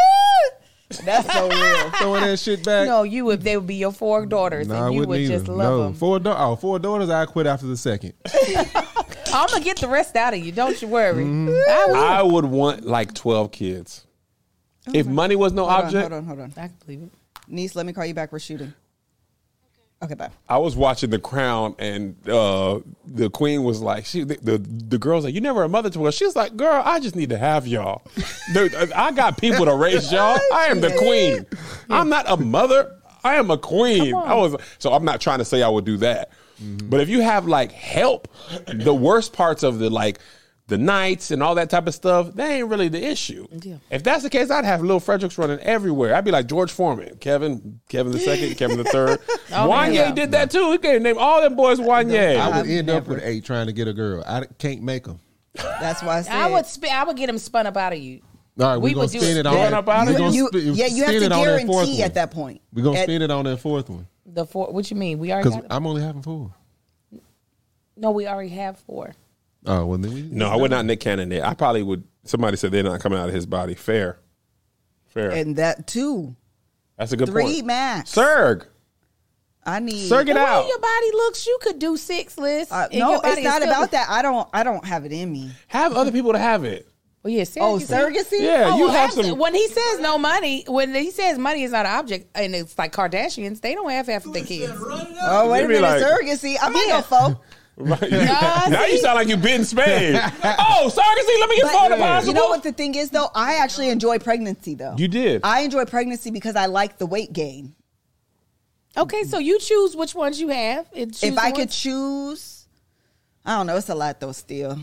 A: <laughs> That's so real.
D: throwing that shit back.
C: <laughs> No, you would. They would be your four daughters,
D: No, I
C: and you
D: wouldn't
C: would
D: either.
C: just love
D: no.
C: them.
D: Four, da- oh, four daughters, I quit after the second.
C: I'm gonna get the rest out of you. Don't you worry.
D: Mm-hmm.
C: I will.
B: I would want like 12 kids. if money was no
A: Hold on,
B: object,
A: hold on, hold on.
C: I can believe it.
A: Niece, let me call you back. We're shooting. Okay, bye.
B: I was watching The Crown and uh, the queen was like, she the, the, the girl's like, you never a mother to us. She's like, girl, I just need to have y'all. <laughs> Dude, I got people to raise y'all. I am the queen. I'm not a mother. I am a queen. I was so I'm not trying to say I would do that.
C: Mm-hmm.
B: But if you have like help, the worst parts of the like the nights and all that type of stuff, that ain't really the issue.
C: Yeah.
B: If that's the case, I'd have Little Fredericks running everywhere. I'd be like George Foreman, Kevin, Kevin the second, Kevin the
C: <laughs>
B: third. Wanye
C: Oh, yeah.
B: did that too. He could name all them boys Wanye.
D: I would
A: I've
D: end up with eight trying to get a girl. I can't make them.
A: That's why I said
C: I would. Spin, I would get them spun up out of you.
D: All right,
C: We
D: we're
C: would
D: going
C: do
D: to spin
C: it.
D: it on
B: Going
D: that.
B: up out
D: we're
B: of
A: You-
D: gonna
A: you-
D: spin-
A: yeah, you have
D: spin
A: to
D: it on that fourth
A: guarantee
D: one.
A: at that point.
D: We're going to
A: At-
D: spin it on that fourth one
C: The four. What you mean? We already.
D: because
C: Got,
D: I'm only having four.
C: no, we already have four.
D: Oh, well, then we.
B: no, I would not Nick Cannon there. I probably would. Somebody said they're not coming out of his body. Fair, fair.
A: and that two,
B: That's a good
A: three
B: point.
A: max.
B: Serg,
A: I need.
B: Serg it
C: the
B: out.
C: way your body looks, you could do six lists.
A: Uh,
C: and
A: no,
C: your body
A: it's
C: is
A: not
C: still-
A: about that. I don't. I don't have it in me.
B: Have other people to have it.
C: Well, yeah, surrogacy.
A: Oh, surrogacy.
B: Yeah,
C: Oh,
B: you
C: well,
B: have
C: abso-
B: some.
C: When he says no money, when he says money is not an object, and it's like Kardashians, they don't have half of their kids.
A: Oh wait
B: They
A: a
B: be
A: minute,
B: like- <laughs>
A: surrogacy. I might
C: Yeah.
A: go four.
C: <laughs>
B: Right, you-
C: Ah,
B: now you
C: see?
B: sound like you been
A: <laughs>
B: spade. oh, surrogacy. Let me get phone
A: But
B: possible.
A: you know what the thing is though? I actually enjoy pregnancy though.
B: You did.
A: I enjoy pregnancy because I like the weight gain.
C: Okay, so you choose which ones you have. and choose
A: if I
C: the
A: could
C: ones-
A: choose, I don't know. It's a lot though. Still,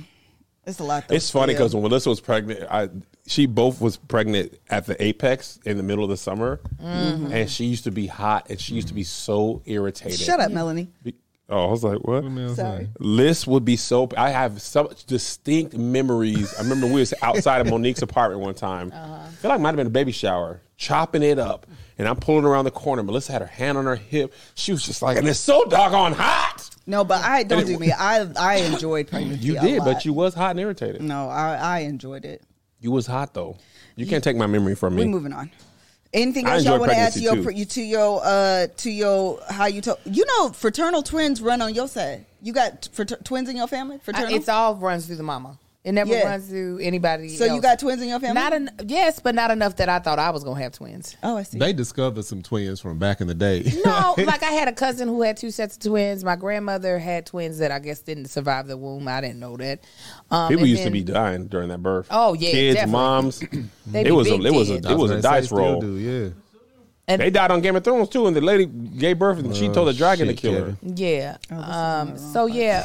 A: it's a lot. Though,
B: It's funny
A: still.
B: because when Melissa was pregnant, I she both was pregnant at the apex in the middle of the summer,
A: Mm-hmm.
B: and she used to be hot and she used to be so irritated.
A: shut up, Melanie.
B: Be- Oh, I was like, what?
A: Sorry.
B: Liz would be so. I have such distinct memories. I remember we was outside of Monique's apartment one time.
C: Uh-huh.
B: I feel like it might have been a baby shower, chopping it up, and I'm pulling around the corner. Melissa had her hand on her hip. She was just like, and it's so doggone hot.
A: No, but I don't
B: And it-
A: do me. I I enjoyed pregnancy.
B: You
A: a
B: did,
A: lot.
B: but you was hot and irritated.
A: No, I I enjoyed it.
B: You was hot though. You can't take my memory from me.
A: We're moving on. Anything
B: I
A: else y'all
B: enjoy
A: want to add to
B: pregnancy,
A: your
B: too.
A: pre- you to your uh to your how you to you know fraternal twins run on your side. You got t- frater- twins in your family?
C: I-
A: Fraternal.
C: it's all runs through the mama. It never
A: Yeah.
C: runs through anybody.
A: so you
C: else.
A: got twins in your family?
C: not en- yes, but not enough that I thought I was gonna have twins.
A: oh, I see.
D: They discovered some twins from back in the day. <laughs>
C: <laughs> No, like I had a cousin who had two sets of twins. My grandmother had twins that I guess didn't survive the womb. I didn't know that. Um,
B: People
C: and
B: used to
C: then-
B: be dying during that birth.
C: Oh, yeah,
B: kids,
C: definitely. <clears throat>
B: moms.
C: be
B: it was a,
C: big
B: it was a,
C: dead.
B: it was a
D: They
B: dice
D: still
B: roll.
D: Do, yeah.
B: They died on Game of Thrones too, and the lady gave birth and she
D: Oh,
B: told the dragon
D: shit,
B: to kill her.
D: Kevin.
C: Yeah. um. So yeah,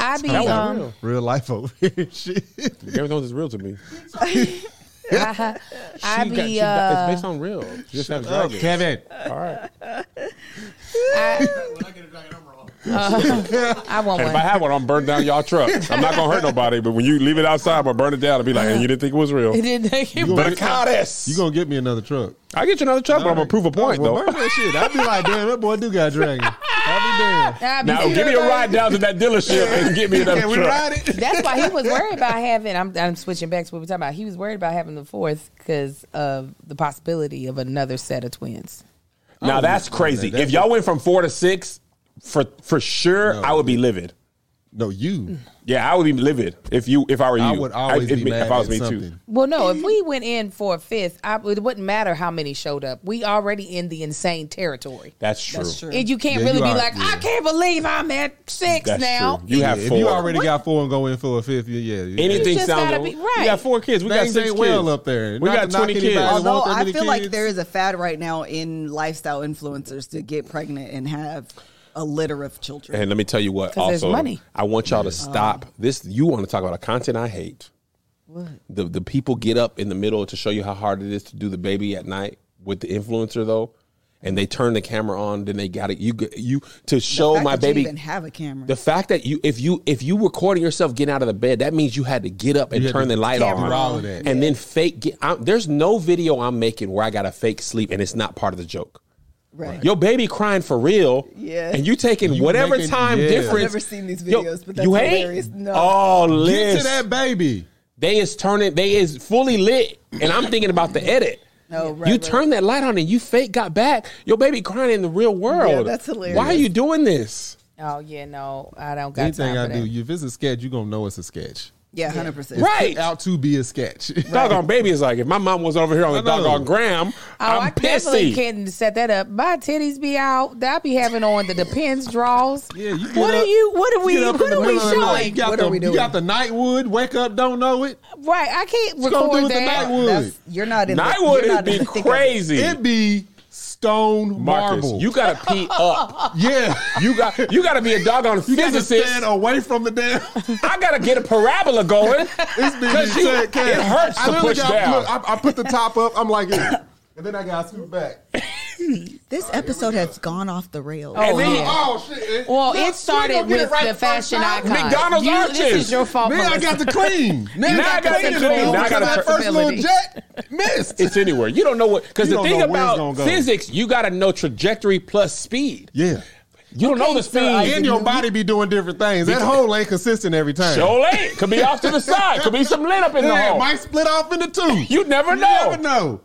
C: I be
B: That was
C: um.
B: real.
D: Real life over here. <laughs> Shit.
B: Game of Thrones is real to me.
C: I,
B: <laughs>
C: I
B: She
C: be
B: got- she got-
C: uh.
B: it's based on real. You just have
D: Oh,
B: dragons.
D: Kevin.
B: All right.
C: I,
E: When I get a dragon, I'm wrong.
C: uh,
B: <laughs>
C: I
B: <laughs>
C: want
B: And if I
C: one.
B: have one, I'm burning down y'all truck. I'm not gonna hurt nobody, but when you leave it outside, I'm gonna burn it down and be like, "Hey, you didn't think it was real."
C: <laughs> It didn't make it
B: But I caught this.
D: You gonna get me another truck?
B: I get you another truck, but I'm gonna prove a point
D: Oh, Well,
B: though.
D: burn that shit. I'd be like, damn, that boy do got a dragon. I'd be damn.
C: I be
B: Now give me a
C: serious.
B: ride down to that dealership and get me another
D: Can we
B: truck.
D: ride it?
C: That's why he was worried about having. I'm,
B: <laughs>
C: I'm switching back to what we're talking about. He was worried about having the fourth because of the possibility of another set of twins.
B: Now that's crazy.
D: that.
B: if y'all went from four to six, for for sure, I would be livid.
D: No, you.
B: Yeah, I would be livid if you if I were you.
D: I would always
B: it'd
D: be mad
B: if I was
D: at
B: me
D: something.
B: too.
C: Well, no, if
B: <laughs>
C: we went in for a fifth, I, it wouldn't matter how many showed up. We already in the insane territory.
B: That's true.
A: That's true.
C: And you can't
D: Yeah,
C: really
D: you
C: be
D: are-
C: like, I
D: yeah.
C: can't believe I'm at six
B: That's
C: now.
B: true. You have
D: Yeah,
B: four.
D: If you already got four and go in for a fifth, yeah, yeah. yeah.
B: Anything
C: just
B: sounds
C: gotta
B: like-
C: be- right.
B: You got four kids. We got
D: Things
B: six
D: ain't
B: kids.
D: well up there.
B: We
D: Not
B: got
D: to knock
B: twenty
D: anybody.
B: kids.
D: Although-
A: Although
D: want that
A: I
D: many
A: feel like
D: kids.
A: there is a fad right now in lifestyle influencers to get pregnant and have a litter of children.
B: and let me tell you what.
C: 'Cause there's
B: Also,
C: money.
B: I want y'all to stop
D: Uh-huh.
B: this. You want to talk about a content I hate? The the people get up in the middle to show you how hard it is to do the baby at night with the influencer though, and they turn the camera on. Then they got it. You g- you to show
A: The fact
B: my
A: that you
B: baby
A: even have a camera.
B: The fact that you, if you, if you recording yourself getting out of the bed, that means you had to get up and
D: You had
B: turn
D: to
B: the light
D: camera
B: on,
D: all of that.
B: and then fake. Get, I'm, there's no video I'm making where I got to fake sleep, and it's not part of the joke.
A: right.
B: Your baby crying for real,
A: Yeah.
B: and you taking
D: You
B: whatever
D: making-
B: time
D: yeah. I've
B: difference.
A: never seen these
B: Yo,
A: videos, but that's
B: you ain't?
A: hilarious. No.
B: Oh,
D: Get
B: Liz,
D: to that baby.
B: they is turning, they is fully lit, and I'm thinking about the edit.
A: No, right,
B: you
A: right.
B: turn that light on and you fake got back. Your baby crying in the real world.
A: that's hilarious.
B: Why are you doing this?
C: Oh yeah, no, I don't got
D: Anything I
C: time for
D: do,
C: that.
D: you- if it's a sketch, you gonna know it's a sketch.
A: Yeah, hundred percent.
B: Right.
D: Put out to be a sketch. <laughs>
B: Doggone baby is like, if my mom was over here on the
D: I know.
B: doggone gram,
C: Oh,
B: I'm
C: I definitely
B: pissy.
C: can't set that up. My titties be out. I be having on the depends draws.
D: <laughs> Yeah, you get
C: what
D: up-
C: are you? What are we?
D: Get up in
C: What
D: the
C: are we
D: middle of the night,
C: showing?
D: You got
A: What
D: the,
A: are we doing?
D: You got the Nightwood. Wake up, don't know it.
C: Right, I can't
D: gonna do
C: record
D: with the
C: that.
D: night-
A: That's, you're not in. the,
B: Nightwood
A: you're
B: would
A: not in <laughs>
B: be
A: the thick of it.
B: crazy.
D: It be stone
B: Marcus,
D: marble.
B: you gotta pee
D: <laughs>
B: up.
D: yeah.
B: You got you gotta be a doggone
D: You gotta
B: physicist.
D: stand away from the damn.
B: I gotta get a parabola going.
D: It's
B: <laughs>
D: been
B: 'Cause you-
D: said, Kev.
B: it hurts
D: I
B: to
D: literally
B: push
D: got-
B: down.
D: look, I, I put the top up. I'm like, eh. and then I got scoot back.
A: This episode has gone off the rails.
C: Oh,
B: And then-
C: yeah.
D: Oh shit! eh.
C: Well,
D: Look,
C: it
D: we
C: started
D: gonna get
C: with
D: it right
C: the
D: first
C: fashion
D: time.
C: icon.
B: McDonald's
C: you, This
B: arches.
C: is your fault,
D: Now I
C: Melissa.
D: got the cream. Now,
B: Now
D: I got the cream.
B: Now I got
D: that
B: the
D: first little
C: flexibility.
D: jet missed.
B: it's anywhere. You don't know what because
D: You
B: the
D: don't
B: thing
D: know where it's
B: about
D: gonna go.
B: physics, you gotta know trajectory plus speed.
D: yeah.
B: You don't know the speed.
D: And your body be doing different things. That hole ain't consistent every time.
B: Show late. Could be off to the side. Could be some lint up in the
D: Yeah, it
B: hole.
D: might split off into two.
B: You never know.
D: You never know.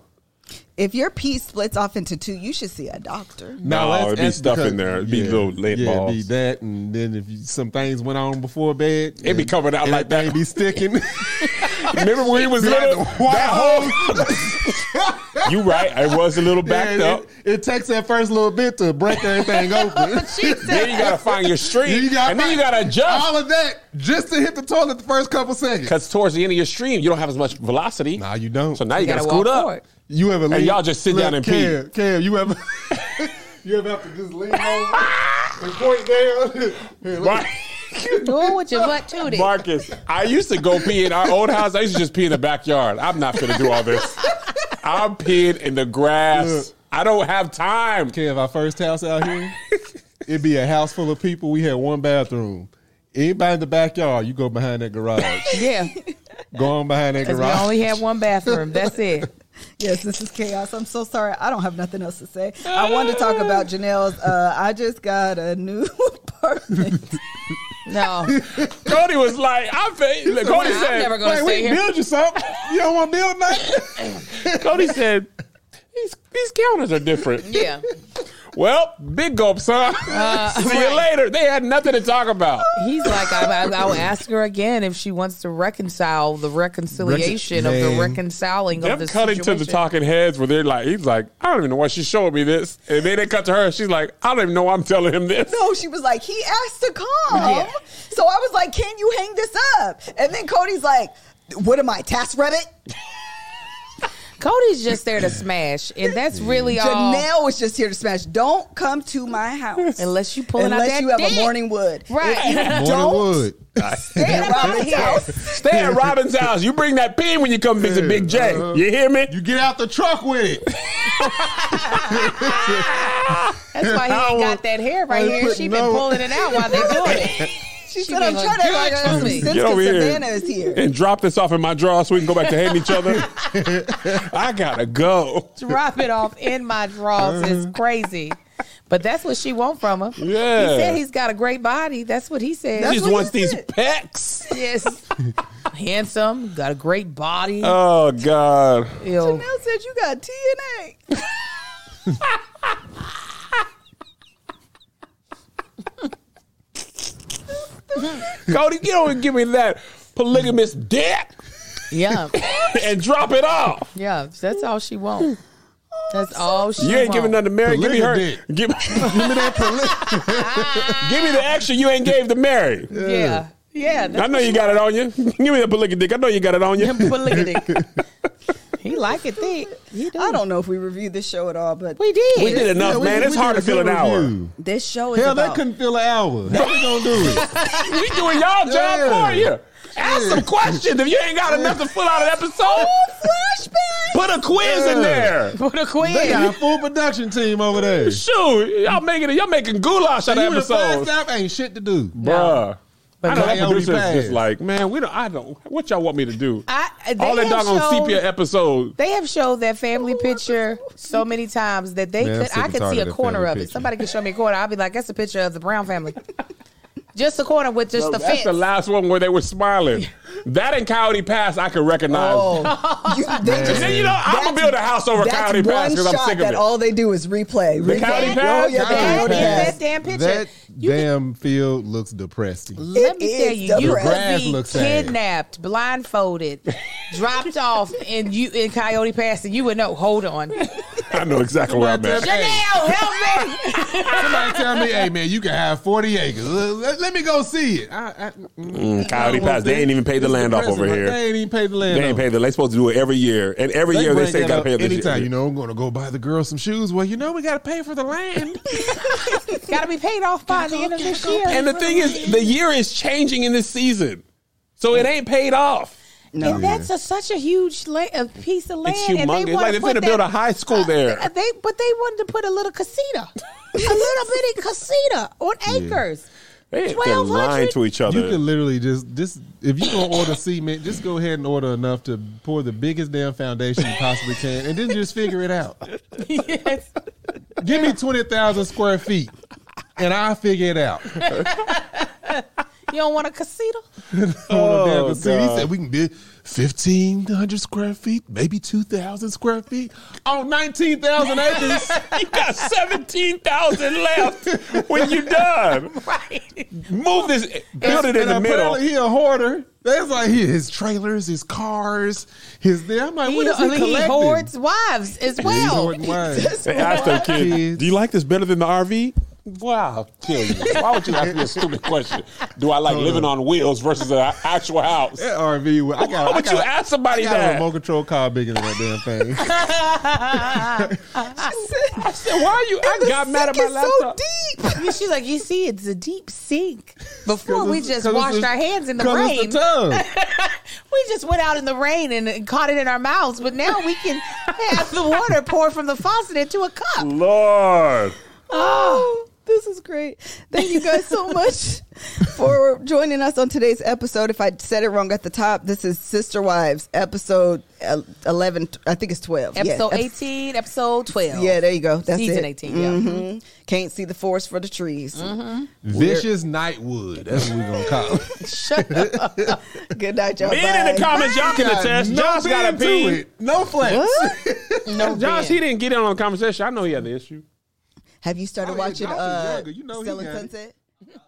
A: If your piece splits off into two, you should see a doctor.
B: No,
D: that's-
B: it'd be
D: that's
B: stuff
D: because-
B: in there. It'd be little lint
D: yeah,
B: balls.
D: It'd be that, and then if you, some things went on before bed,
B: It'd be covered out like that.
D: It'd be sticking.
B: <laughs> Remember when he was
D: Be like
B: little?
D: the white
B: That
D: hole.
B: <laughs> You right. I was a little backed
D: Yeah,
B: up.
D: It, it takes that first little bit to
B: <laughs>
D: break everything open. <laughs>
B: Then you gotta find your stream,
D: You gotta
B: and then you
D: find
B: gotta adjust.
D: all of that just to hit the toilet the first couple seconds.
B: Because towards the end of your stream, you don't have as much velocity.
D: Nah, you don't.
B: So now you, gotta,
C: gotta
B: scoot
C: walk
B: up.
C: forward.
D: You ever? <laughs>
B: y'all just sit down and pee.
D: Cam, Cam, you ever? You ever have to just lean over
B: <laughs>
D: and point down? <laughs> Here, look.
B: Mar-
C: Do it with your butt too. <laughs> then.
B: Marcus, I used to go pee in our old house. I used to just pee in the backyard. I'm not gonna do all this. I'm peeing in the grass. I don't have time.
D: Kev, our first house out here, it'd be a house full of people. We had one bathroom. Anybody in the backyard, you go behind
C: <laughs>
D: that garage.
C: Yeah,
D: go on behind that
C: because we
D: garage.
C: only had one bathroom. That's
D: <laughs>
C: it.
A: Yes, this is chaos. I'm so sorry. I don't have nothing else to say. I wanted to talk about Janelle's. Uh, I just got a new <laughs>
C: <laughs>
A: apartment.
C: No,
B: Cody was like, I'm fa- Cody
C: I'm
B: said,
C: never gonna
D: Hey,
C: stay
D: we
C: here.
D: build you something. You don't want to build nothing.
B: Cody said, these, these counters are different.
C: Yeah,
B: Well, big gulp, son. <laughs>
C: Uh,
B: See you later. They had nothing to talk about.
C: he's like, I, I, I'll ask her again if she wants to reconcile the reconciliation of the
D: Man.
C: reconciling of
B: Them
C: the
B: cutting
C: situation.
B: to the talking heads where they're like, he's like, I don't even know why she showed me this. And then they cut to her. She's like, I don't even know why I'm telling him this.
A: no, she was like, he asked to come.
C: Yeah.
A: So I was like, can you hang this up? And then Cody's like, what am I, Task Rabbit?
C: Cody's just there to smash, and that's really all.
A: Janelle was just here to smash. Don't come to my house.
C: <laughs> Unless you pulling out
A: Unless
C: that
A: you have
C: dick.
A: a morning wood. <laughs>
C: Right.
A: If you don't
D: Morning Wood.
A: stay at Robin's house,
B: Stay at Robin's house. You bring that pin when you come visit Big J. You hear me?
D: You get out the truck with it.
C: That's why he ain't got that hair right
D: I
C: here.
D: put
C: She been
D: no-
C: pulling it out while they doing it.
A: she,
C: She
A: said, I'm
C: been
A: trying to act like
C: like,
A: I got some
C: "Judge me."
A: sense
B: Get
A: 'cause
B: over here.
A: Savannah is here.
B: And drop this off in my drawer so we can go back to hating each other. I gotta go.
C: Drop it off in my drawers is crazy. But that's what she want from him.
B: Yeah.
C: He said he's got a great body. That's what he said.
B: She
A: That's
B: just
A: what
B: wants
A: he
B: these
A: said.
B: pecs.
C: <laughs> yes. <laughs> Handsome, got a great body.
B: Oh God.
C: Ew.
A: Janelle said you got TNA.
B: Cody, you don't even give me that polygamous
C: <laughs>
B: dick
C: <laughs> Yeah.
B: and drop it off.
C: Yeah. That's all she want. That's all she
B: You ain't
C: want.
B: giving nothing to Mary. Give me her. Give,
D: Polygamy.
B: give me that
D: <laughs>
B: poly- Give me the extra you ain't gave to Mary.
C: Yeah. Yeah.
B: I
C: That's
B: know you got it on you. Give me the polygamy dick. I know you got it on
D: <laughs>
B: you.
C: polygamy. he like it thick. He do.
A: I don't know if we reviewed this show at all, but
C: We did.
B: We
C: <laughs>
B: did enough,
D: Yeah, we-
B: man. It's
D: we
B: hard to
D: did a
B: fill an
D: good
B: hour.
D: review.
A: this show is
D: Hell,
A: about. <laughs>
D: that couldn't fill an hour. How we gonna do it?
B: We doing y'all job
D: Yeah.
B: for you. Ask some questions if you ain't got enough to fill out an episode. Put a quiz in
D: Yeah.
B: there.
C: What a queen.
D: They got a full production team over there.
B: Shoot, y'all making it. Y'all making goulash out
D: You
B: of
D: in the
B: episodes,
D: five stop ain't shit to do.
B: bruh. I know that
D: Naomi
B: producer's
D: Bass.
B: just like, man, we don't. I don't. What y'all want me to do?
C: I, they
B: All that
C: have
B: doggone
C: showed-
B: sepia episode.
C: They have showed that family picture so many times that they
D: Man, I'm
C: could,
D: sick
C: I
D: and
C: could
D: tired
C: see
D: of
C: a
D: that
C: corner
D: family
C: of it.
D: picture.
C: Somebody could show me a corner. I'll be like, that's a picture of the Brown family. just a corner with just the
B: That's
C: fence.
B: the last one where they were smiling.
C: <laughs>
B: that and Coyote Pass, I could recognize.
A: Oh, you, they
B: And
A: just,
B: then you know, I'm gonna build a house over
A: that's one
B: Coyote Pass because I'm
A: shot
B: sick of
A: that
B: it.
A: all they do is replay.
B: the
A: replay.
B: Coyote
A: Oh,
B: Pass.
A: yeah, the
C: That
A: Coyote
C: is
A: Pass.
C: that damn picture.
D: That damn field looks depressed.
C: Let me
A: It
C: tell
A: is
C: you, you
D: depressing.
C: could be
D: Looks sad.
C: kidnapped, blindfolded, dropped off, and you in Coyote Pass, and you would know. Hold on,
B: I know exactly where I'm at.
C: Janelle,
D: Hey.
C: help me.
D: Somebody tell me, hey man, you can have 40 acres. Uh, Let, let me go see it. I, I,
B: Mm, Coyote Pass. They ain't even paid the
D: It's
B: land off
D: depressing.
B: over
D: Like,
B: here.
D: They ain't even paid the land
B: They ain't
D: off.
B: paid the. They supposed to do it every year, and every year they
D: bring
B: say
D: that
B: gotta
D: up
B: pay it this year.
D: anytime. You know, I'm gonna go buy the girls some shoes. Well, you know, we gotta pay for
B: <laughs>
D: the land.
C: Got to be paid off by the end of this year.
B: And the thing is, the year is changing in this season, so it ain't paid off.
C: And that's a, such a huge la- a piece of land.
B: It's humongous.
C: and wanna
B: Like they're
C: put
B: gonna build
C: that-
B: a high
A: <laughs>
B: school there.
C: Uh, They but they wanted to put a little casita, a little
B: <laughs>
C: bitty casita on acres. <laughs>
B: They, they're
C: 1200?
B: lying to each other.
D: You can literally just just if you gonna order cement, just go ahead and order enough to pour the biggest damn foundation you possibly can, and then just figure it out.
C: yes.
D: Give me twenty thousand square feet, and I'll figure it out.
C: You don't want a casita? <laughs>
D: Oh, damn
B: God.
D: facility. He said we can build fifteen hundred square feet, maybe two thousand square feet on nineteen thousand acres.
B: <laughs> you got 17,000 <laughs> left when you're done.
C: Right.
B: Move this, build it in
D: and
B: the middle.
D: apparently He a hoarder. That's like he- his trailers, his cars, his. I'm like,
C: He,
D: what is he
C: he
D: collecting?
C: hoards wives as
D: He's
C: well.
D: hoarding wine.
B: They asked their kid,
D: Kids.
B: do you like this better than the RV? Boy, I'll kill you. Why would you ask me a stupid question? Do I like living on wheels versus an actual house?
D: That RV. wa- I got.
B: Why
D: I
B: would
D: got,
B: you ask somebody
D: I got a
B: that?
D: remote control car bigger than that damn
C: <laughs>
D: thing.
B: I said, why are you? I got mad at my
A: so
B: laptop.
A: deep.
C: She's like, you see, it's a
B: <laughs>
C: deep sink. Before
D: 'Cause
C: we
D: it's-
C: just
D: 'cause it's
C: washed our hands in the
D: 'cause it's
C: rain. <laughs>
D: tub.
C: we just went out in the rain and, and caught it in our mouths, but now
B: <laughs>
C: we can have the water pour from the faucet into a cup.
B: Lord.
A: Oh, this is great. Thank you guys so much for joining us on today's episode. If I said it wrong at the top, this is Sister Wives, episode el- 11. I think it's 12. Yeah,
C: Episode
A: ep-
C: 18, episode 12.
A: Yeah, there you go. That's
C: Season
A: it.
C: 18, yeah. Mm-hmm.
A: Mhm. Can't see the forest for the trees.
D: Vicious Nightwood. That's what we're gonna call it.
A: Good night, y'all.
B: Men in the
A: Bye.
B: comments, y'all can attest. Josh got a
D: bend to
B: pee.
D: it. No flex.
C: No
B: Josh,
C: bend.
B: he didn't get in on the conversation. I know he had the issue.
A: Have you started
D: Oh, yeah,
A: watching
D: Josh is
A: uh,
D: younger. You know he
A: Selling
D: got it.
A: Sunset?